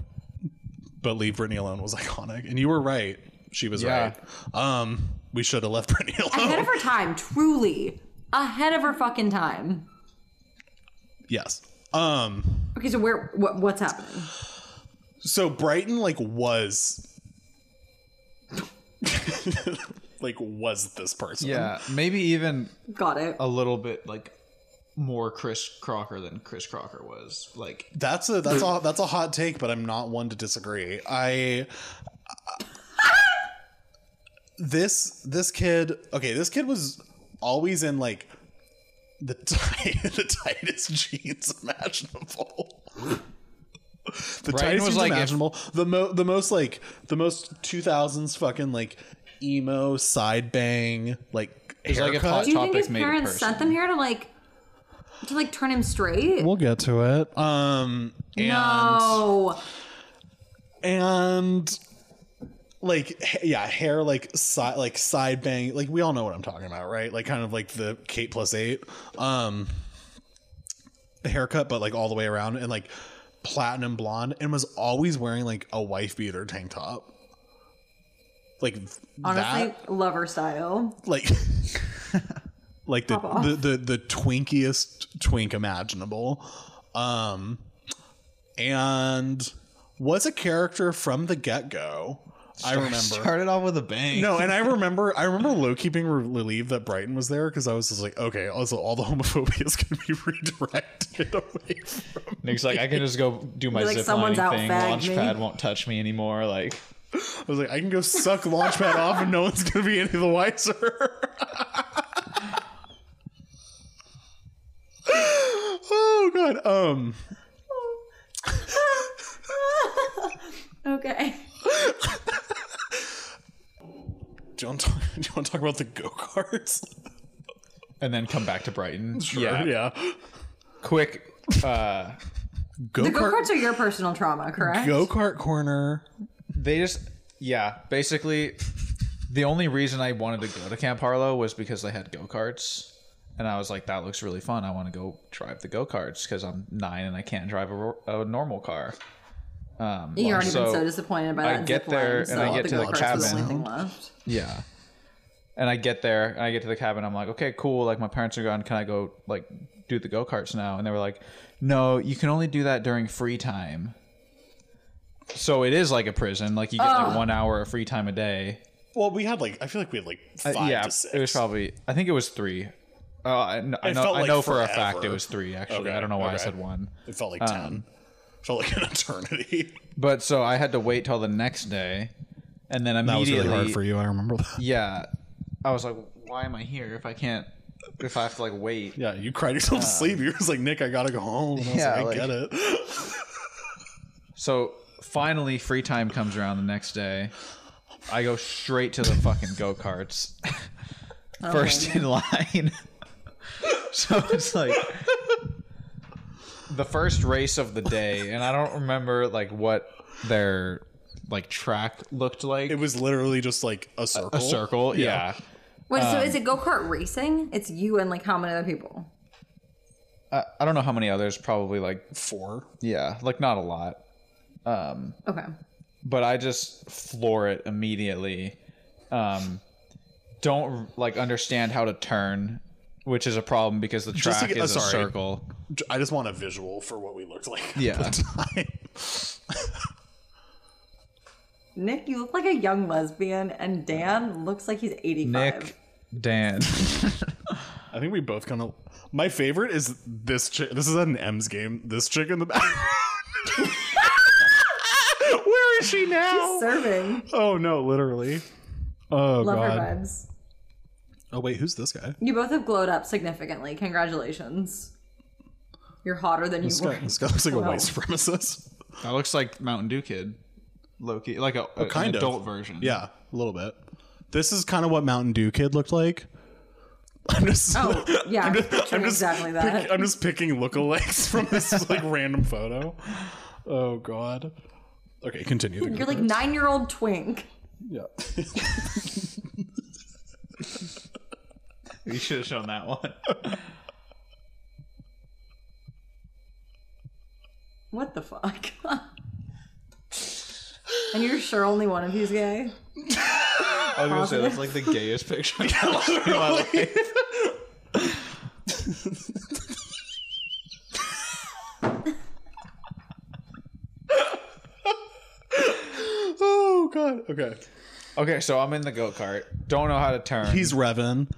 but leave Britney alone was iconic, and you were right. She was
Yeah.
right. Um, we should have left [LAUGHS] Britney
Ahead
alone.
of her
Oh.
time, truly. Ahead of her fucking time.
yes. Um.
Okay, so where what, what's happening?
So Brighton like was, like was this person?
yeah, maybe even
Got it.
a little bit like more Chris Crocker than Chris Crocker was. Like
That's a
[LAUGHS]
that's a that's a hot take, but I'm not one to disagree. I [LAUGHS] this this kid okay, this kid was always in like the [LAUGHS] tight, the tightest jeans [LAUGHS] imaginable. The
Brian
tightest jeans
was like, if-
imaginable. the mo the most like the most 2000s fucking like emo side bang like
was like if
haircut.
Hot
Do you think
Topic
his
made a
parents sent
person.
them here to like to like turn him straight?
we'll get to it. Um and
no.
and like h- yeah hair like side like side bang like we all know what i'm talking about right like kind of like the kate plus eight um haircut but like all the way around and like platinum blonde and was always wearing like a wife beater tank top like th-
Honestly,
that
lover style.
like [LAUGHS] like the,
Pop off.
the the the twinkiest twink imaginable um and was a character from the get-go
[LAUGHS]
i remember
started off with a bang.
no and i remember i remember low keeping relieved that brighton was there because i was just like okay also all the homophobia is going to be [LAUGHS] redirected away from
Nick's like, I can just go do my
Be like,
zip
"Someone's
lining
out fagged
thing.
me."
Launchpad won't touch me anymore. Like
i was like i can go suck launchpad off and no one's going to be any the wiser [LAUGHS] oh god um
okay.
Do you want to talk, [LAUGHS] do you want to talk about the go karts?
and then come back to Brighton.
[LAUGHS] yeah.
Quick uh
Go
The go
kart,
karts are your personal trauma, correct?
go kart corner.
they just yeah, basically the only reason I wanted to go to Camp Harlow was because they had go-karts and I was like that looks really fun. I want to go drive the go-karts cuz I'm 9 and I can't drive a, ro- a normal car. Um
You've already
so-
been so disappointed by
I
that.
get
zip line,
there and
so
I get to the
go karts was the only thing
cabin.
left.
Yeah. And I get there and I get to the cabin. I'm like, okay, cool. Like my parents are gone. Can I go like do the go karts now? And they were like, no, you can only do that during free time. So it is like a prison. Like you get like one hour of free time a day.
Well, we had like I feel like we had like
Uh,
five
yeah,
to six.
it was probably. I think it was three. Uh, I, kn- I
It
know.
felt
I
like
know for a
forever.
fact it was three. Actually,
Okay,
I don't know why I
okay.
said one.
it felt like ten. It felt like an eternity.
But so I had to wait till the next day, and then
[LAUGHS] That was
immediately
really hard for you. I remember that.
yeah, I was like, why am I here if I can't? If I have to like
[LAUGHS]
wait.
Yeah, you cried yourself to sleep. You were just like, Nick, I gotta go home. And I was
Yeah,
Um, like, I
like-
get it. [LAUGHS]
So finally, free time comes around the next day. I go straight to the fucking go karts, first in line. [LAUGHS] so it's like the first race of the day, and I don't remember like what their like track looked like.
It was literally just like a circle.
a circle, yeah. Um,
Wait, so is it go kart racing? It's you and like how many other people?
I, I don't know how many others. Probably like
Four.
yeah, like not a lot.
Okay.
but I just floor it immediately. Um, don't like understand how to turn, which is a problem because the
Just to
track
get-
is
uh,
a
sorry.
[LAUGHS] circle.
J- I just want a visual for what we looked like. at
Yeah.
the time.
Nick, you look like a young lesbian, and Dan looks like he's 85.
Nick, [LAUGHS]
[LAUGHS]
Dan,
I think we both kind of. My favorite is this chick. This is an M's game. This chick in the back. [LAUGHS] Where is she now?
Serving.
Oh no, literally. Oh
Love
god.
her vibes.
Oh wait, who's this guy?
You both have glowed up significantly. Congratulations. You're hotter than you
This
were.
guy, this guy looks like a
Wow.
white supremacist.
that looks like Mountain Dew Kid, Loki, like a, an
kind of.
adult version.
Yeah, a little bit. This is kind of what Mountain Dew Kid looked like. [LAUGHS] I'm just. [LAUGHS]
Oh, yeah. I'm
I'm just
exactly
pick-
that.
I'm just picking lookalikes from
[LAUGHS]
this like random photo. Oh god. Okay, continue.
You're like nine year old twink.
yeah.
you should have shown that one.
What the fuck? [LAUGHS] and you're sure only one of you's gay?
[LAUGHS] I was gonna say that's like the gayest [LAUGHS] picture. in my [LAUGHS] life.
Oh god. Okay.
okay, so I'm in the go kart. Don't know how to turn.
He's Revan.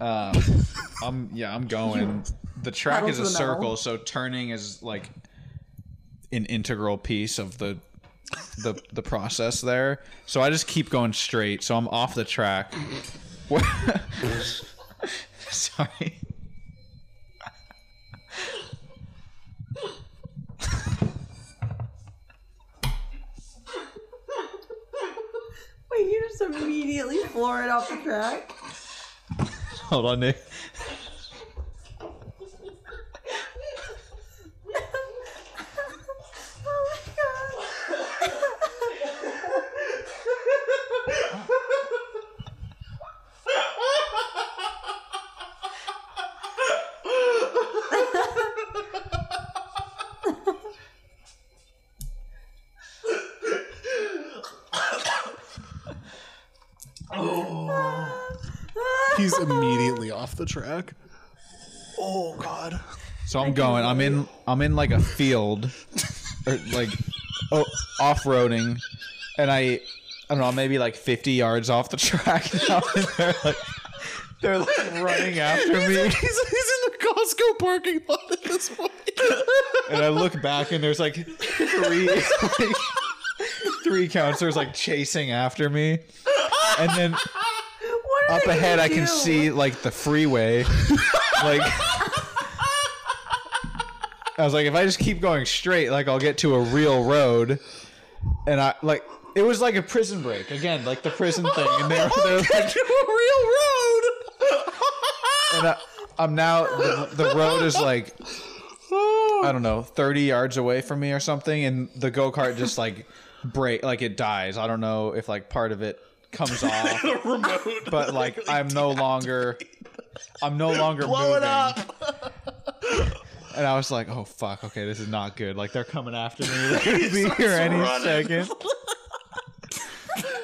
I'm
[LAUGHS]
yeah, I'm going. The track
Pedal
is
to
a
the metal.
circle, so turning is like an integral piece of the the the process there. So I just keep going straight. So I'm off the track. [LAUGHS] What- Sorry.
Wait, you just immediately floor it off the track?
Hold on, Nick.
Oh my god.
He's immediately off the track. Oh god.
So I'm going. I'm in. I'm in like a field, or like oh, off roading, and I, I don't know, maybe like 50 yards off the track. [LAUGHS] Now, and they're like, they're like running after
[LAUGHS]
me.
He's, he's in the Costco parking lot at this [LAUGHS] point.
and I look back and there's like three [LAUGHS] like, three counselors like chasing after me. And then
What are
up
they
ahead
gonna
I can
do?
see like
[LAUGHS]
the freeway. like I was like if I just keep going straight like I'll get to a real road. And I like it was like a prison break again, like the prison thing
[LAUGHS]
and they're, they're like and I, I'm now the, the road is like
Oh.
I don't know, 30 yards away from me or something and the go-kart just like break like it dies. I don't know if like part of it comes off,
Remote.
but like I'm no longer I'm no longer
Blow it
moving.
up.
And I was like, "Oh fuck, okay, this is not good. Like they're coming after me. [LAUGHS] They're going to be here any second."
[LAUGHS]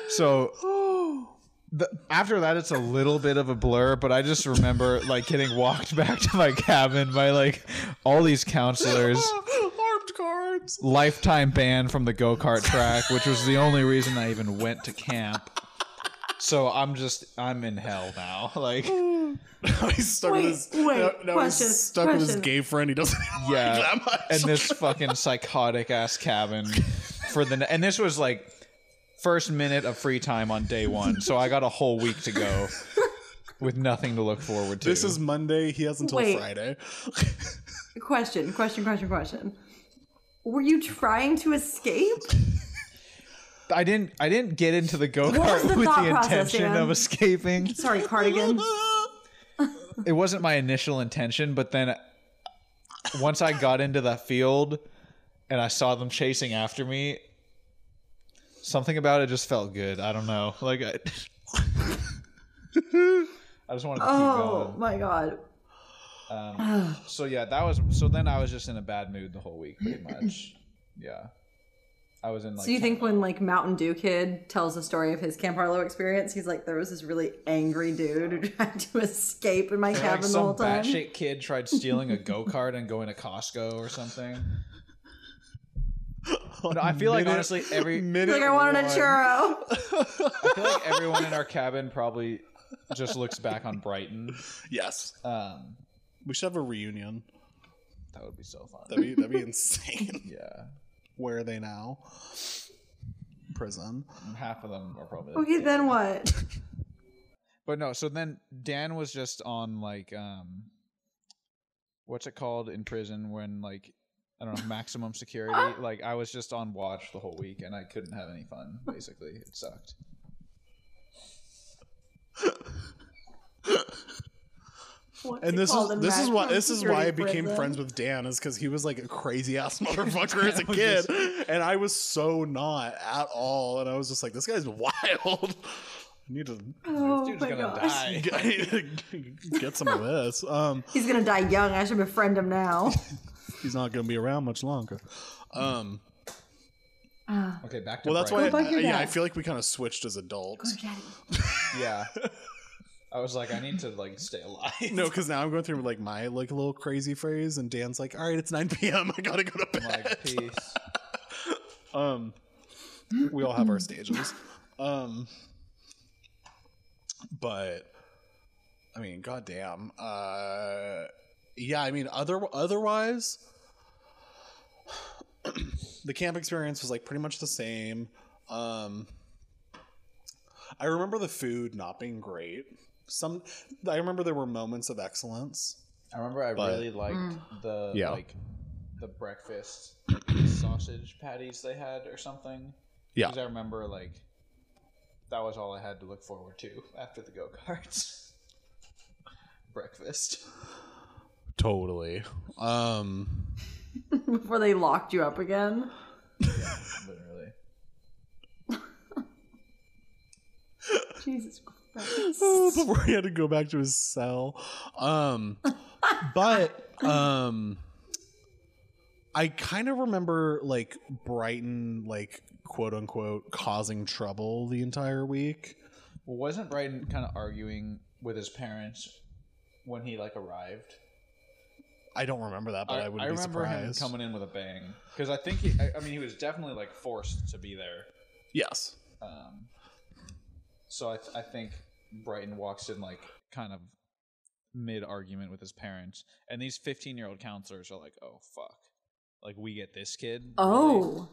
so the, after that it's a little bit of a blur but i just remember like getting walked [LAUGHS] back to my cabin by like all these counselors
[LAUGHS] Armed guards.
lifetime ban from
[LAUGHS]
the go-kart track which was the only reason i even went to camp so i'm just i'm in hell now [LAUGHS] like
he's stuck
Wait,
with his
wait,
now, now
question,
he's stuck with his
question.
gay friend. He doesn't even
yeah
like that much.
and this fucking psychotic
[LAUGHS]
ass cabin for the and this was like first minute of free time on day one so i got a whole week to go with nothing to look forward
[LAUGHS]
to
this is Monday. He has until
Wait.
Friday.
Question, question, question, question. Were you trying to escape?
I didn't. I didn't get into the go
What
kart
was the
with
thought
the
process,
intention
Dan?
of escaping.
Sorry, cardigan.
It wasn't my initial intention, but then once I got into that field and I saw them chasing after me, something about it just felt good. I don't know. Like I, [LAUGHS] I just wanted to
Oh
keep going.
my Oh god.
Um, so yeah, that was. So then I was just in a bad mood the whole week, pretty much. yeah, I was in like.
So
[LAUGHS]
you think when like Mountain Dew Kid tells the story of his Camp Harlow experience, he's like, there was this really angry dude who [LAUGHS] tried to escape in my
like
cabin the
some
whole time.
batshit kid tried stealing a go kart and going to Costco
[LAUGHS]
or something. No, I feel like
Minute-
honestly every
minute
Like I wanted a
one.
churro. [LAUGHS]
I feel like everyone in our cabin probably just looks back on Brighton.
Yes,
Um,
we should have a reunion.
that would be so fun.
That'd be that'd [LAUGHS] be insane.
yeah,
Where are they now? Prison.
and half of them are probably.
Okay, then what?
But no, so then Dan was just on like um what's it called in prison when like I don't know, maximum security.
[LAUGHS]
like I was just on watch the whole week and I couldn't have any fun, basically. It sucked.
What's
And
it
this
called
is
in
this is why
maximum
this is why I
security
became
prison?
friends with Dan is because he was like a crazy [LAUGHS] ass motherfucker as a kid, and I was so not at all, and I was just like, this guy's wild. I need to
Oh
Dude's
my
gonna
gosh.
die.
I need to get some of this. Um,
He's gonna die young. I should befriend him now.
he's not going to be around much longer. Um,
Okay, back to
well, that's why.
Brighton.
What about
I,
your
yeah,
dad?
I feel like we kind of switched as adults.
yeah. I was like, I need to like stay alive. [LAUGHS]
[LAUGHS] No, because now I'm going through like my like little crazy phrase, and Dan's like, "All right, it's [LAUGHS] 9 p.m. I gotta go to bed."
Like, peace.
Um, we all have our stages. Um, but I mean, goddamn. Uh, yeah, I mean, other otherwise, [CLEARS THROAT] the camp experience was like pretty much the same. Um, I remember the food not being great. Some, I remember there were moments of excellence.
I remember I
But-
really liked the
Yeah.
like the breakfast [COUGHS] like, sausage patties they had or something.
Yeah.
Because I remember like that was all I had to look forward to after the go karts. [LAUGHS] Breakfast.
Totally. Um, [LAUGHS]
Before they locked you up again.
Literally.
Jesus Christ.
Oh, before he had to go back to his cell. Um, but um, I kind of remember like Brighton, like quote unquote, causing trouble the entire week.
Well, wasn't Brighton kind of arguing with his parents when he like arrived?
I don't remember that, but I, would not be
remember him
surprised.
coming in with a bang because I think he. I, I mean, he was definitely like forced to be there.
Yes.
Um, so I, th- I think Brighton walks in like kind of mid argument with his parents, and these fifteen year old counselors are like, "Oh fuck, like we get this kid." really?"
Oh.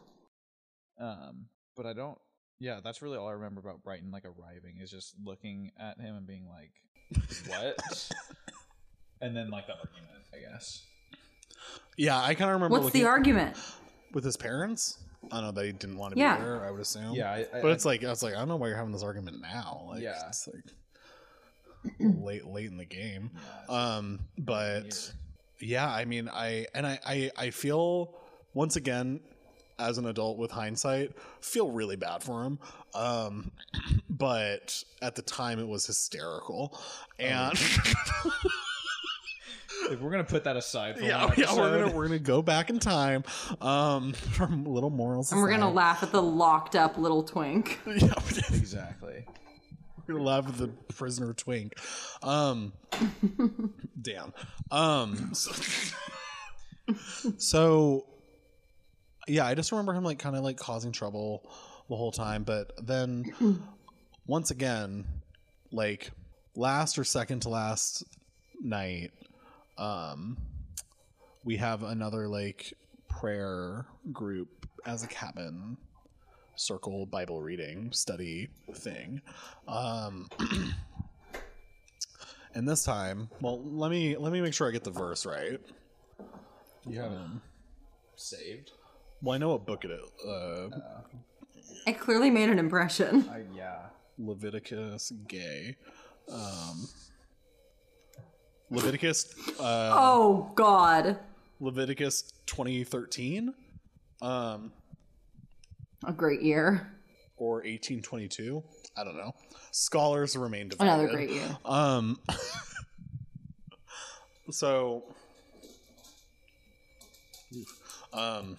Um, but I don't. Yeah, that's really all I remember about Brighton like arriving is just looking at him and being like,
[LAUGHS]
"What?" and then like the argument, I guess.
Yeah, I kind of remember
What's
looking
the argument?
with his parents. I don't know they didn't want to
Yeah.
be there. I would assume.
Yeah, I- I-
but it's like I was like, I don't know why you're having this argument now. Like,
Yeah.
it's like late, late in the game. um, but yeah, I mean, I and I, I, I feel once again as an adult with hindsight, feel really bad for him. Um, [CLEARS THROAT] but at the time, it was
Oh,
hysterical, and. [LAUGHS]
If we're gonna put that aside
[LAUGHS]
for
Yeah,
one
yeah, we're
episode.
gonna we're gonna go back in time um, [LAUGHS] from little morals,
And we're gonna laugh at the locked up little [LAUGHS] twink.
[LAUGHS] Yeah, we're
exactly.
gonna laugh at the prisoner twink. Um, [LAUGHS] damn. Um, [LAUGHS] so, so, yeah, I just remember him like kind of like causing trouble the whole time, but then once again, like last or second to last night, um, we have another like prayer group as a cabin circle bible reading study thing um [CLEARS THROAT] and this time well let me let me make sure i get the verse right
You haven't saved.
well i know what book it is uh,
It clearly made an impression.
I yeah.
leviticus gay um leviticus uh
Oh God.
leviticus 2013 um
A great year.
or 1822 i don't know scholars remain divided
Another great year.
Um, [LAUGHS] so um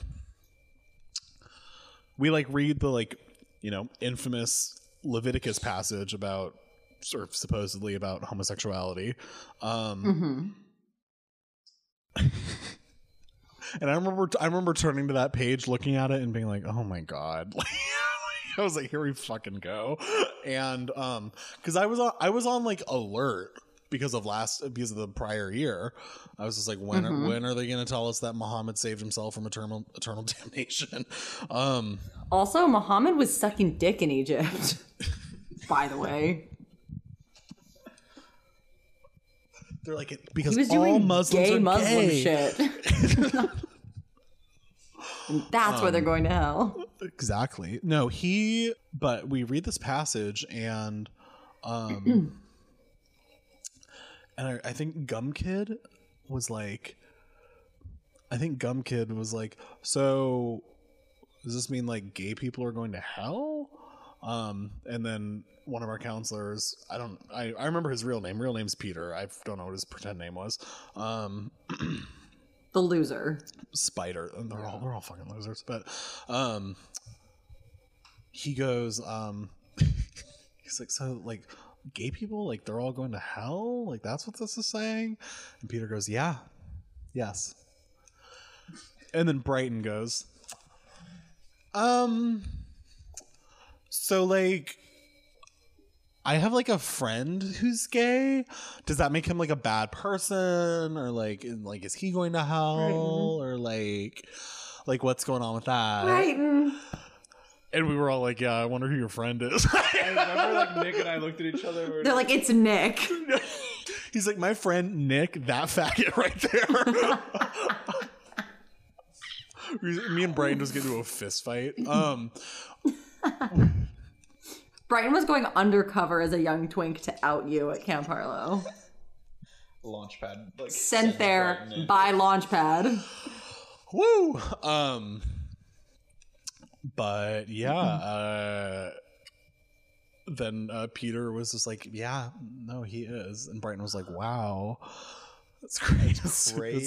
we like read the like you know infamous leviticus passage about sort of supposedly about homosexuality um and i remember i remember turning to that page looking at it and being like oh my god [LAUGHS] like I was like, here we fucking go, and um, because I was on, I was on like alert because of last because of the prior year i was just like when
Mm-hmm.
are, when are they going to tell us that muhammad saved himself from eternal eternal [LAUGHS] damnation um
Also, Muhammad was sucking dick in
[LAUGHS]
Egypt. By the way,
they're like because
he was
all
doing
muslims
gay
are
Muslim
gay.
shit.
[LAUGHS]
And that's where they're
Um.
going to hell.
exactly no he but we read this passage and um [CLEARS THROAT] and I, I think gum kid was like i think gum kid was like so does this mean like gay people are going to hell um and then one of our counselors i don't i, I remember his real name real name's peter i don't know what his pretend name was um
The loser.
spider and they're all they're all fucking losers but um he goes um [LAUGHS] he's like so like gay people like they're all going to hell like that's what this is saying and peter goes yeah yes and then brighton goes um so like I have like a friend who's gay. Does that make him like a bad person, or like, in- like is he going to hell, or like, like what's going on with that?
Brighton.
And we were all like, "Yeah, I wonder who your friend is." [LAUGHS]
Remember, like Nick and I looked at each other.
They're like, it's Nick.
He's like, "My friend Nick, that faggot [LAUGHS] right there." We- Me and Brian just get into a fist fight. Um,
Brighton was going undercover as a young twink to out you at Camp Harlow.
Launchpad. Like,
Sent there by Launchpad.
woo. Um, but yeah. Uh, then uh, Peter was just like, "Yeah, no, he is," and Brighton was like, "Wow." That's [LAUGHS] great. That's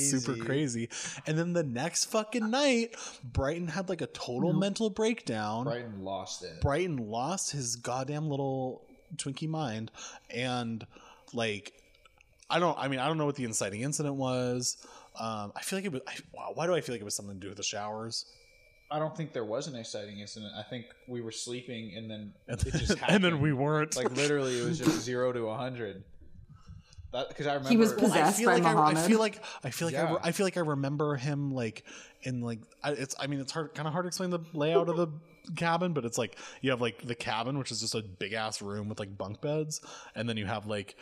super crazy. And then the next fucking night, Brighton had like a total mental breakdown.
Brighton lost it.
Brighton lost his goddamn little Twinkie mind, and like, I don't. I mean, I don't know what the inciting incident was. Um, I feel like it was. I, wow, why do I feel like it was something to do with the showers?
I don't think there was an exciting incident. I think we were sleeping and then
[LAUGHS] And,
it just
then-
happened.
and then we weren't.
like literally it was just zero to a hundred. That because I remember
was
Well,
[LAUGHS]
I
possessed
feel
by
like I, I
Muhammad.
feel like I feel like I, re-
Yeah.
I feel like I remember him like in like I, it's I mean it's hard kind of hard to explain the layout of the cabin but it's like you have like the cabin which is just a big ass room with like bunk beds and then you have like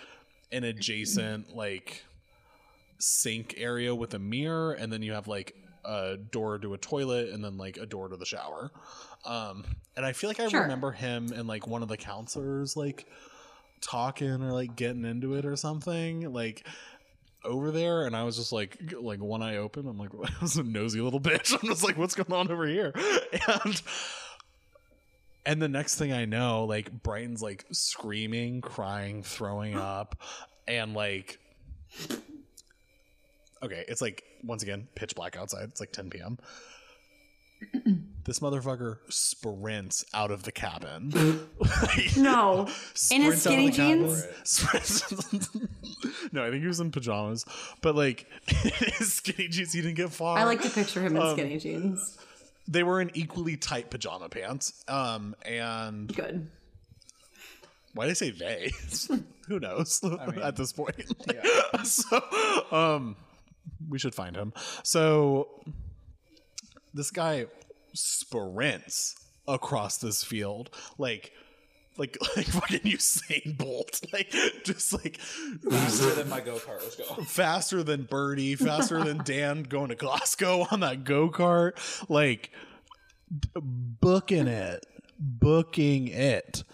an adjacent like sink area with a mirror and then you have like a door to a toilet and then like a door to the shower um and I feel like I
Sure.
remember him and like one of the counselors like talking or like getting into it or something like over there and I was just like g- like one eye open I'm like [LAUGHS] I was a nosy little bitch I'm just like what's going on over here [LAUGHS] and and the next thing I know like Brighton's like screaming crying throwing up and like okay it's like once again pitch black outside it's like 10 p.m this motherfucker sprints out of the cabin
[LAUGHS] No.
in
his skinny jeans?
[LAUGHS] no, I think he was in pajamas. But like [LAUGHS] his skinny jeans, he didn't get far.
I like to picture him in skinny jeans.
they were in equally tight pajama pants. Um, and
Good.
why did I say they? [LAUGHS] Who knows [LAUGHS] at this point? [LAUGHS] so, um, we should find him. So this guy sprints across this field like. Like, [LAUGHS] like fucking Usain Bolt, [LAUGHS] like just like
faster than my go kart was going.
faster than Birdie, faster than Dan going to Glasgow on that go kart, like d- booking it, booking it.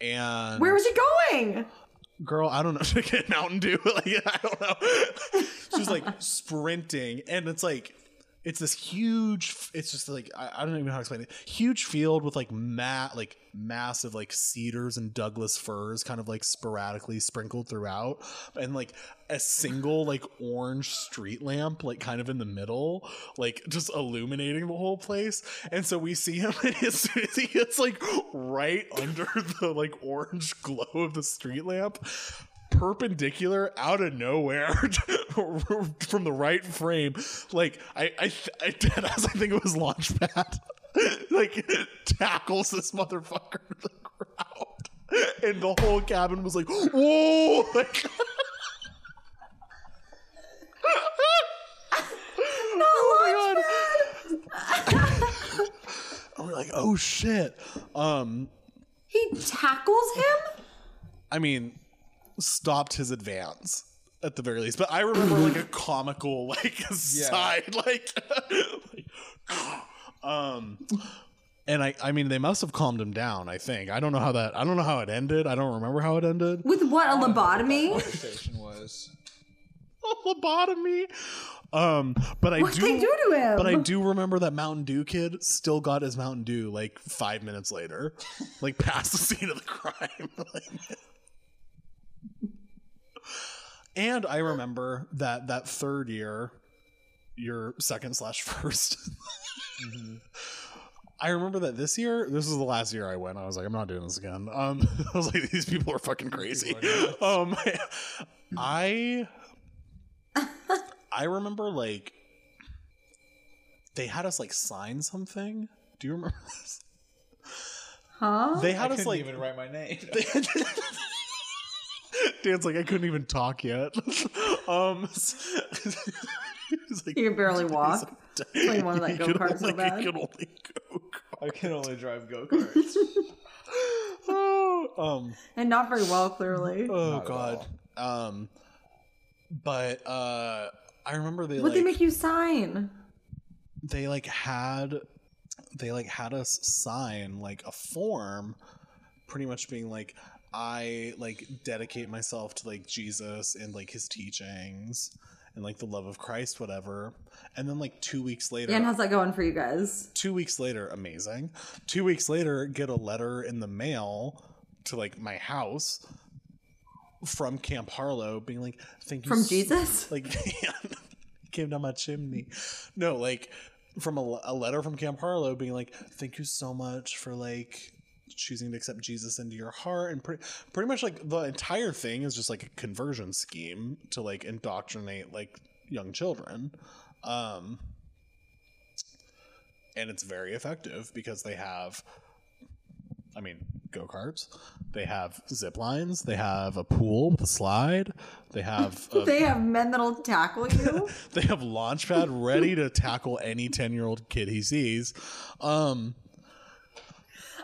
And
Where was he going?
girl, I don't know, [LAUGHS] get Mountain Dew, like I don't know. She's like sprinting, and it's like it's this huge f- it's just like I, I don't even know how to explain it huge field with like mat like massive like cedars and douglas firs kind of like sporadically sprinkled throughout and like a single like orange street lamp like kind of in the middle like just illuminating the whole place [LAUGHS] and so we see him and as soon as he gets like right under the like orange glow of the street lamp perpendicular out of nowhere [LAUGHS] from the right frame. Like I, I, th- I [LAUGHS] dead ass, I think it was Launchpad. [LAUGHS] like tackles this motherfucker to the ground, and the whole cabin was like, [GASPS] "Whoa!" [LAUGHS] Like. oh my god! we're like, oh shit. Um,
He tackles him?
I mean, stopped his advance at the very least. But I remember like a comical like side [LAUGHS] like, like, um and I I mean they must have calmed him down, I think. I don't know how that I don't know how it ended. I don't remember how it ended.
With what, a lobotomy?
[LAUGHS] Station was.
[LAUGHS] Lobotomy. Um but I
What
do
did they do to him?
But I do remember that Mountain Dew kid still got his Mountain Dew like five minutes
[LAUGHS]
later. Like past the scene of the crime. [LAUGHS] Like- and I remember that that third year, your second slash 1st [LAUGHS]
Mm-hmm.
I remember that this year, this was the last year I went. I was like, I'm not doing this again. Um, [LAUGHS] I was like, these people are fucking crazy. um, [LAUGHS] I I remember like they had us like sign something. Do you remember this?
Huh?
They had us like [LAUGHS]
even write my name.
Dan's like I couldn't even talk yet. [LAUGHS] um, [LAUGHS] s- he's like,
He can barely walk. Like one of that
[LAUGHS] "You can
go-karts so
only- you
bad."
can only go-kart."
I can only drive go karts.
[LAUGHS]
Oh, [LAUGHS] um,
And not very well, clearly.
oh god. Um, but uh, I remember they
What'd
like
they make you sign?
they like had they like had us sign like a form pretty much being like i like dedicate myself to like jesus and like his teachings and like the love of christ whatever and then like two weeks later
Dan, how's that going for you guys?
two weeks later amazing two weeks later get a letter in the mail to like my house from camp harlow being like thank you
From
so-
Jesus?
[LAUGHS] like came down my chimney. No, like from a, le- a letter from Camp Harlow being like, "Thank you so much for like choosing to accept Jesus into your heart," and pretty pretty much like the entire thing is just like a conversion scheme to like indoctrinate like young children. Um, and it's very effective because they have I mean, go karts. They have zip lines. They have a pool with a slide. They have a
They have men that'll tackle you?
they have launchpad ready to tackle any 10 year old kid he sees um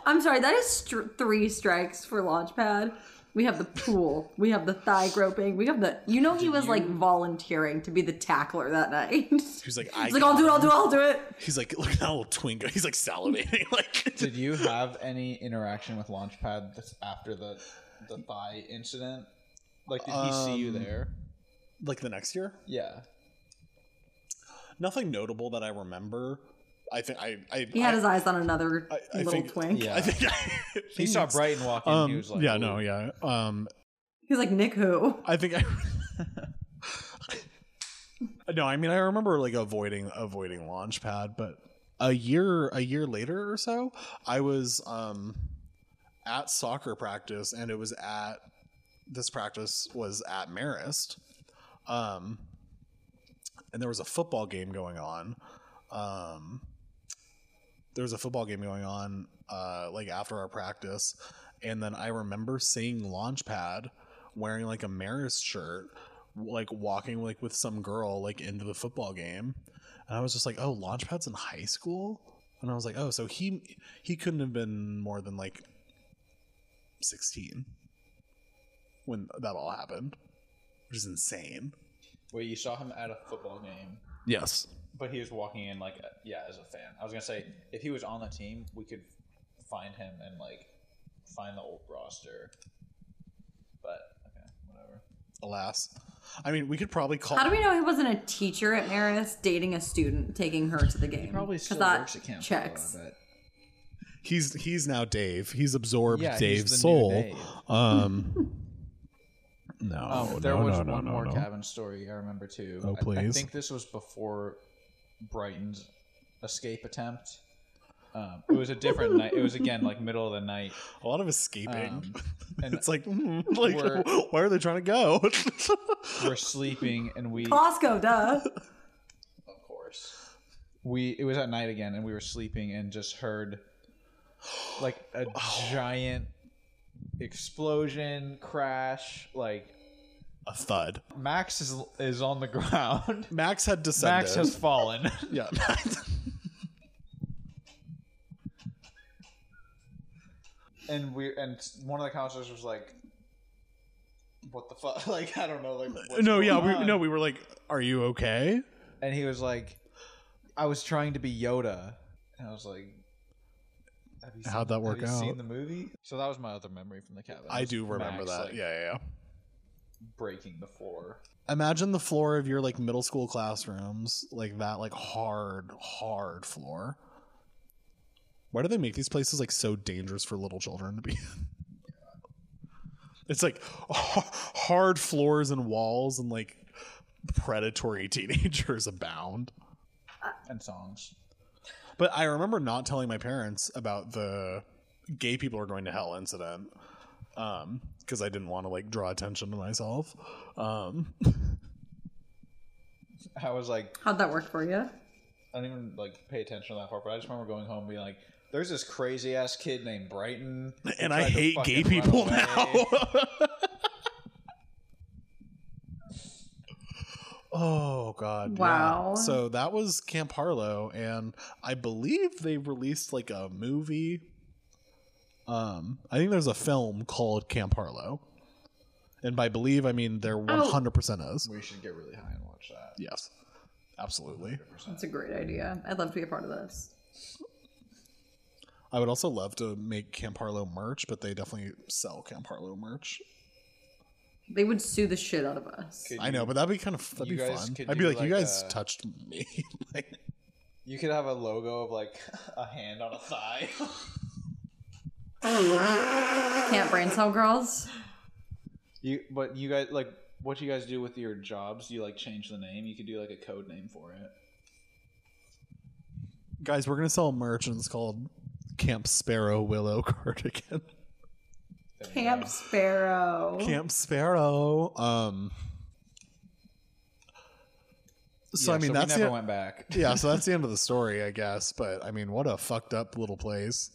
I'm sorry, that is str- three strikes for Launchpad. We have the pool. We have the thigh groping. We have the. You know, he was like volunteering to be the tackler that night. He's
he's like I
like, I'll do it, I'll do it, I'll do it.
he's like look at that little twingo he's like salivating [LAUGHS] like
Did you have any interaction with Launchpad that's after the the thigh incident? Like, did he see
Um,
you there?
like the next year
Yeah.
nothing notable that i remember i think i i
He had his eyes on another
I- I
little
think-
twink.
Yeah.
[LAUGHS] I, I think
He
[LAUGHS]
saw Brighton walking.
um,
he was like,
yeah
"Ooh."
no yeah um
He's like, Nick, who?
I [LAUGHS] think I. no, I mean I remember like avoiding avoiding Launchpad, but a year a year later or so, I was um at soccer practice, and it was at this practice was at Marist, um, and there was a football game going on. Um, there was a football game going on uh, like after our practice and then i remember seeing launchpad wearing like a maris shirt like walking like with some girl like into the football game and i was just like oh launchpad's in high school and i was like oh so he he couldn't have been more than like 16 when that all happened which is insane
Wait, you saw him at a football game,
yes
but he was walking in like, a- yeah, as a fan. I was gonna say if he was on the team, we could find him and like find the old roster. But okay, whatever.
alas. I mean, we could probably call.
How do we know he wasn't a teacher at Marist dating a student, taking her to the game?
Probably
'Cause
still
that
works at Camp
Checks.
But
He's he's now Dave. He's absorbed
Yeah, he's
Dave's
the new
soul.
Dave.
Um, [LAUGHS] no,
um, there
Oh, no,
was
no, no,
one
no,
more
no.
cabin story I remember too.
Oh,
I- I,
please.
think this was before Brighton's escape attempt. Um, it was a different night. It was again like middle of the night.
A lot of escaping. [LAUGHS]
Um, and
it's like, hmm, [LAUGHS] like,
We're-
where are they trying to go? [LAUGHS]
we're sleeping, and we
Costco, duh.
of course. We it was at night again, and we were sleeping, and just heard like
[GASPS]
a
Oh.
giant explosion crash. Like
a thud.
Max is is on the [LAUGHS] ground.
Max had descended.
Max
[LAUGHS]
has fallen.
yeah.
and we and one of the counselors was like, "What the fuck?" [LAUGHS] Like I don't know. Like what's
no,
going
yeah, we
on?
no, we were like, "Are you okay?"
And he was like, "I was trying to be Yoda," and I was like. Have you seen,
How'd that work
have you
out?
Seen the movie? So that was my other memory from the cabin.
I
was
do remember
Max,
that.
like,
yeah, yeah, yeah.
breaking the floor.
Imagine the floor of your like middle school classrooms, like that, like hard, hard floor. Why do they make these places like so dangerous for little children to be? in? It's like h- hard floors and walls, and like predatory [LAUGHS] teenagers abound.
and songs.
But I remember not telling my parents about the gay people are going to hell incident um because I didn't want to like draw attention to myself. Um
I was like,
How'd that work for you?
I don't even like pay attention to that part, but I just remember going home and being like, "There's this crazy ass kid named Brighton, who
and I
tried to
hate gay
fucking run
people
away."
now. [LAUGHS] oh god. yeah.
Wow.
So that was Camp Harlow and I believe they released like a movie um I think there's a film called Camp Harlow. And by believe I mean there 100% is.
We should get really high and watch that.
Yes. Absolutely.
That's a great idea. I'd love to be a part of this.
I would also love to make Camp Harlow merch, but they definitely sell Camp Harlow merch.
They would sue the shit out of us.
Could
I know, but that'd be kind of that'd
you
be
guys
fun.
could
I'd be
do
like, you
like uh,
guys
a-
touched me. [LAUGHS] like,
You could have a logo of like [LAUGHS] a hand on a thigh. [LAUGHS]
Can't brain cell girls.
you, but you guys like what you guys do with your jobs? You like change the name. You could do like a code name for it.
guys, we're gonna sell merch, and it's called Camp Sparrow Willow [LAUGHS] Cardigan.
Camp Sparrow.
Camp [LAUGHS] Sparrow. Um. So
Yeah,
I mean,
we
that's
never
the
went back.
yeah. So that's the
[LAUGHS]
end of the story, I guess. But I mean, what a fucked up little place.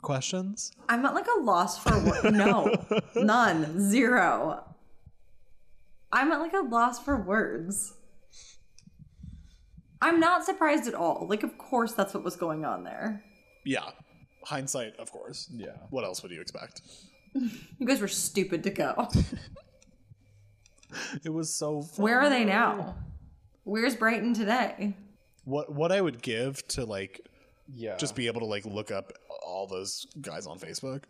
Questions?
I'm not like a loss for words.
[LAUGHS]
No, none, zero. I'm at like a loss for words. I'm not surprised at all. Like, of course, that's what was going on there.
Yeah. Hindsight, of course.
Yeah.
What else would you expect?
You guys were stupid to [LAUGHS] go.
It was so. Fun.
Where are they now? Where's Brighton today?
What What I would give to like
Yeah,
just be able to like look up all those guys on Facebook.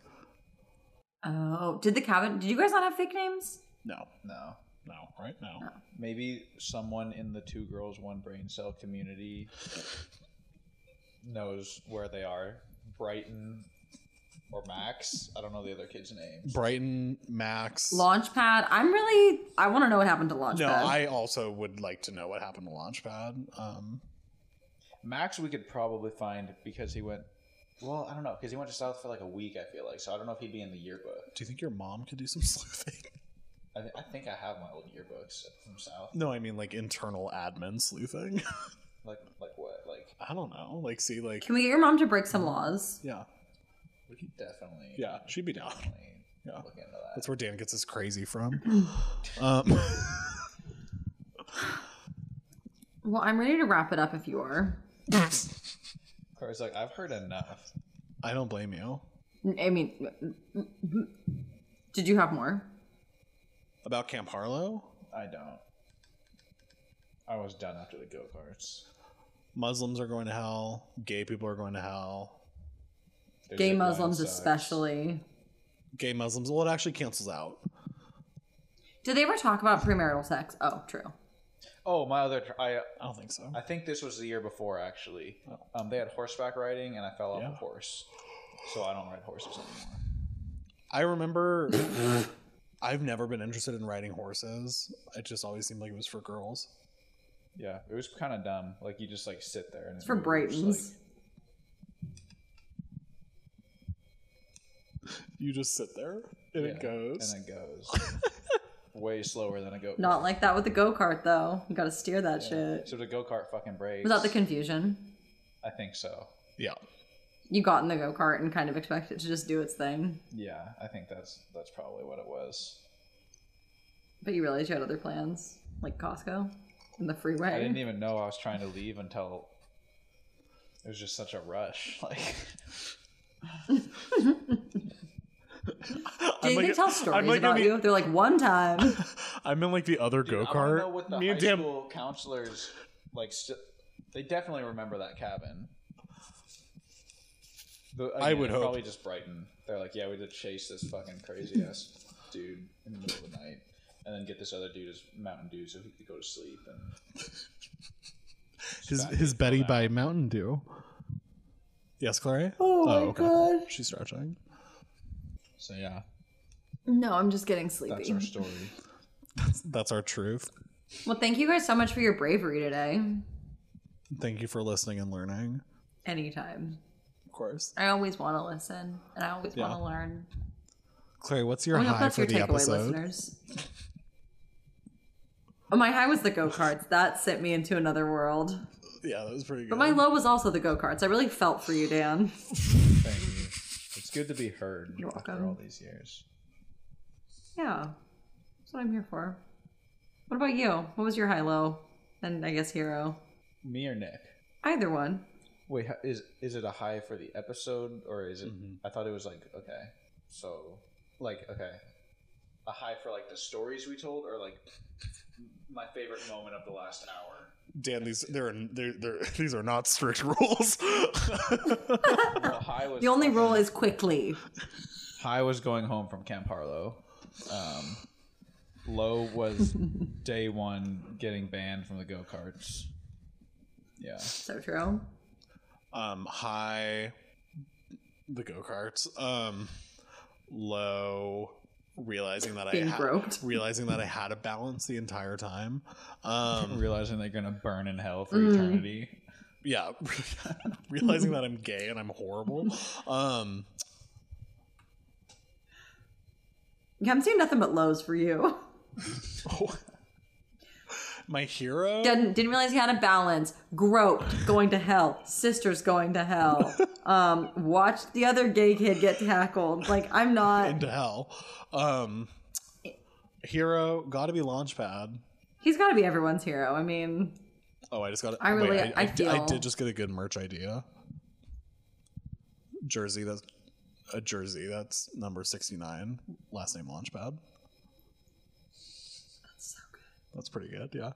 Oh, did the cabin? Did you guys not have fake names?
No,
no.
no, right now.
Maybe someone in the two girls, one brain cell community knows where they are. Brighton or Max. I don't know the other kid's name.
Brighton, Max.
Launchpad. I'm really. I want to know what happened to Launchpad.
no, I also would like to know what happened to Launchpad. Um,
Max, we could probably find because he went. Well, I don't know because he went to South for like a week. I feel like so. I don't know if he'd be in the yearbook.
do you think your mom could do some [LAUGHS] sleuthing?
I, th- I think I have my old yearbooks from South.
No, I mean like internal admin sleuthing. [LAUGHS]
Like like what? Like
I don't know. Like, see, like,
Can we get your mom to break some laws?
yeah,
we could definitely
yeah, she'd be down.
definitely
Yeah,
look into that.
that's where Dan gets his crazy from. um, [LAUGHS]
Well, I'm ready to wrap it up if you are.
Corey's like I've heard enough.
I don't blame you
I mean, did you have more?
about Camp Harlow.
I don't. I was done after the go karts.
Muslims are going to hell. Gay people are going to hell.
Gay Muslims, especially.
Gay Muslims. Well, it actually cancels out.
Did they ever talk about premarital sex? Oh, true.
Oh, my other. tr- I
I don't think so.
I think this was the year before actually.
Oh.
Um, they had horseback riding, and I fell off a horse, so I don't ride horses anymore.
[LAUGHS]
I remember. I've never been interested in riding horses. It just always seemed like it was for girls.
Yeah, it was kind of dumb. Like you just like sit there and it's
for Braytons.
You just sit there and it goes.
and it goes [LAUGHS] way slower than a go.
Not like that with the go kart though. You gotta steer that shit.
So the go kart fucking breaks.
Was that the confusion?
I think so.
yeah.
You got in the go kart and kind of expected it to just do its thing,
Yeah, I think that's that's probably what it was.
but you realized you had other plans, like Costco and the
I
freeway.
didn't even know I was trying to leave until it was just such a rush. [LAUGHS] Like
Did
like
they
a-
tell
I'm
stories
like a
about
me-
you? They're like one time.
I'm in like the other go
I wanna know what
kart.
the
Me
high
and Dan,
school counselors like. St- they definitely remember that cabin. But
I
again,
would
it's
hope.
probably just Brighton. They're like, yeah, we did chase this fucking
[LAUGHS]
crazy ass dude in the middle of the night, and then get this other dude his Mountain Dew so he could go to sleep. And
his his Betty by Mountain Dew. Yes, Clary. Oh, my god, she's stretching.
so yeah,
no, I'm just getting
that's
sleepy.
our story.
That's our truth.
Well, thank you guys so much for your bravery today.
Thank you for listening and learning.
Anytime.
Of course,
I always want to listen, and I always want to learn.
Clary. What's your
I hope
high
Oh that's
for
your
the
takeaway,
episode?
listeners. Oh, my high was the go karts. That sent me into another world.
Yeah, that was pretty good.
But my low was also the go karts. I really felt for you, Dan.
Thank you. It's good to be heard.
You're
After all
welcome.
these years,
Yeah, that's what I'm here for. What about you? What was your high low? And I guess hero.
me or Nick?
Either one.
Wait, ha- is is it a high for the episode or is it? I thought it was like okay, so like okay, a high for like the stories we told or like [LAUGHS] my favorite moment of the last hour.
Dan, these there are there there [LAUGHS] these are not strict [LAUGHS] rules.
The high was
The only rule is quickly.
high was going home from Camp Harlow. Um, low
[LAUGHS]
was day one getting banned from the go karts. Yeah,
So true.
um, high, the go karts. Um, low, realizing that
Being
I had-
groped.
realizing that I had a balance the entire time.
[LAUGHS]
Um,
realizing they're gonna burn in hell for
Mm-hmm.
eternity.
yeah [LAUGHS] realizing that i'm gay and i'm horrible um [LAUGHS]
Yeah, I'm seeing nothing but lows for you. [LAUGHS]
my hero
Didn't didn't realize he had a balance. Groped, going to hell. Sisters going to
[LAUGHS]
hell. Um, watched the other gay kid get tackled. Like I'm not.
into hell um hero gotta be launchpad
He's got to be everyone's hero. I mean,
oh i just got
I really-
wait,
I
di- I
feel-
did just get a good merch idea jersey that's a jersey that's number 69 last name launchpad that's pretty good yeah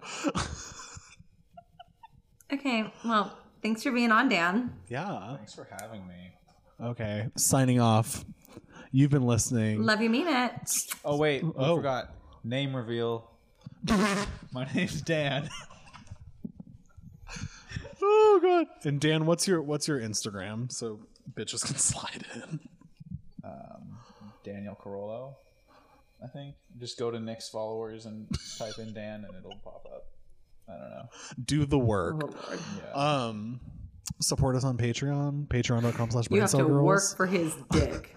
[LAUGHS]
okay. Well, thanks for being on, Dan.
yeah
Thanks for having me.
okay signing off you've been listening
Love you, mean it.
Oh wait, we
Oh.
forgot name reveal. My name's Dan.
Oh god. And Dan, what's your what's your Instagram so bitches can [LAUGHS] slide in?
Daniel Carollo, I think. Just go to Nick's followers and type in Dan, and it'll pop up. I don't know.
Do the
Oh,
work. Um support us on Patreon, patreon.com slash
You
brain
have
cell
to
girls.
work for his dick.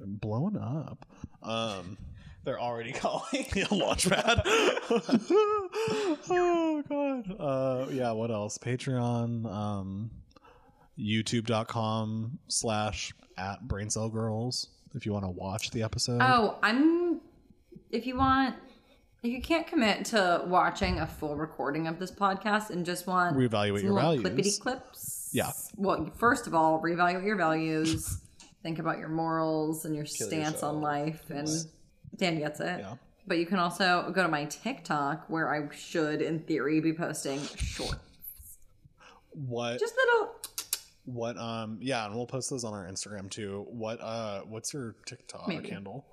Blowing up. Um [LAUGHS] they're already [LAUGHS] calling launchpad. oh god. Uh yeah, what else? Patreon, um youtube.com slash at brain cell girls if you want to watch the episode.
Oh, I'm. If you want, if you can't commit to watching a full recording of this podcast and just want
Reevaluate
some
your
little
values.
clippity clips.
Yeah.
Well, first of all, reevaluate your values. think about your morals and your stance on life, and Dan gets it.
Yeah.
But you can also go to my TikTok where I should, in theory, be posting short,
What
just little.
What um yeah, and we'll post those on our Instagram too. What uh what's your TikTok handle?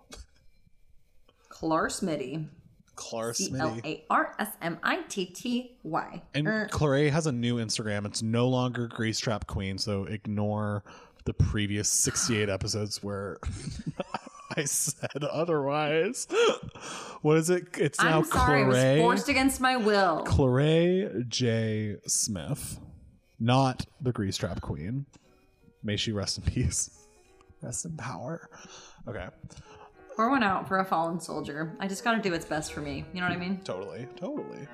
Clar Smitty.
Clar
C L
Smitty.
A R S M I T T Y. Er,
And Claret has a new Instagram. It's no longer Grease Trap Queen, so ignore the previous 68 episodes where [LAUGHS] I said otherwise. What is it? It's now
I'm sorry, I was
Claret.
forced against my will.
Claret J. Smith, not the Grease Trap Queen. May she rest in peace. Rest in power. Okay,
Pour one out for a fallen soldier. I just gotta do what's best for me. You know what I mean?
totally, totally.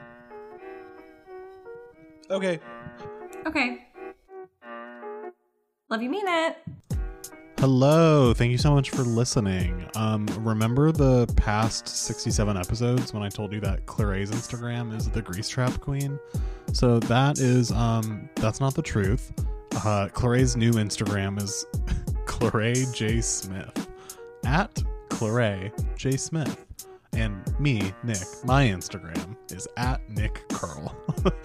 Okay,
Okay. Love you, mean it.
Hello, thank you so much for listening. Um, remember the past 67 episodes when I told you that Claret's Instagram is the Grease Trap Queen? So that is, um, that's not the truth. Uh, Claret's new Instagram is [LAUGHS] Claret J. Smith, at Claret J. Smith. And me, Nick, my Instagram is at Nick Curl.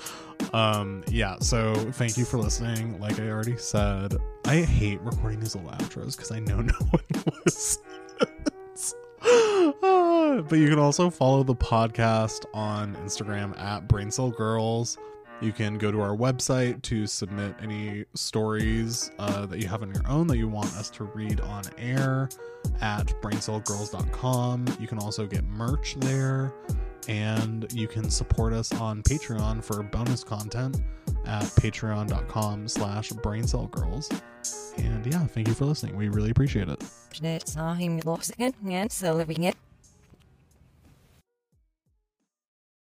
[LAUGHS] um, yeah, so thank you for listening. Like I already said, I hate recording these little outros because I know [LAUGHS] no one listens. [LAUGHS] Ah, but you can also follow the podcast on Instagram at Brain Cell Girls. You can go to our website to submit any stories uh, that you have on your own that you want us to read on air at braincellgirls.com. You can also get merch there, and you can support us on Patreon for bonus content at patreon.com slash braincellgirls. And yeah, thank you for listening. We really appreciate it.
It's time lost again, and so living it.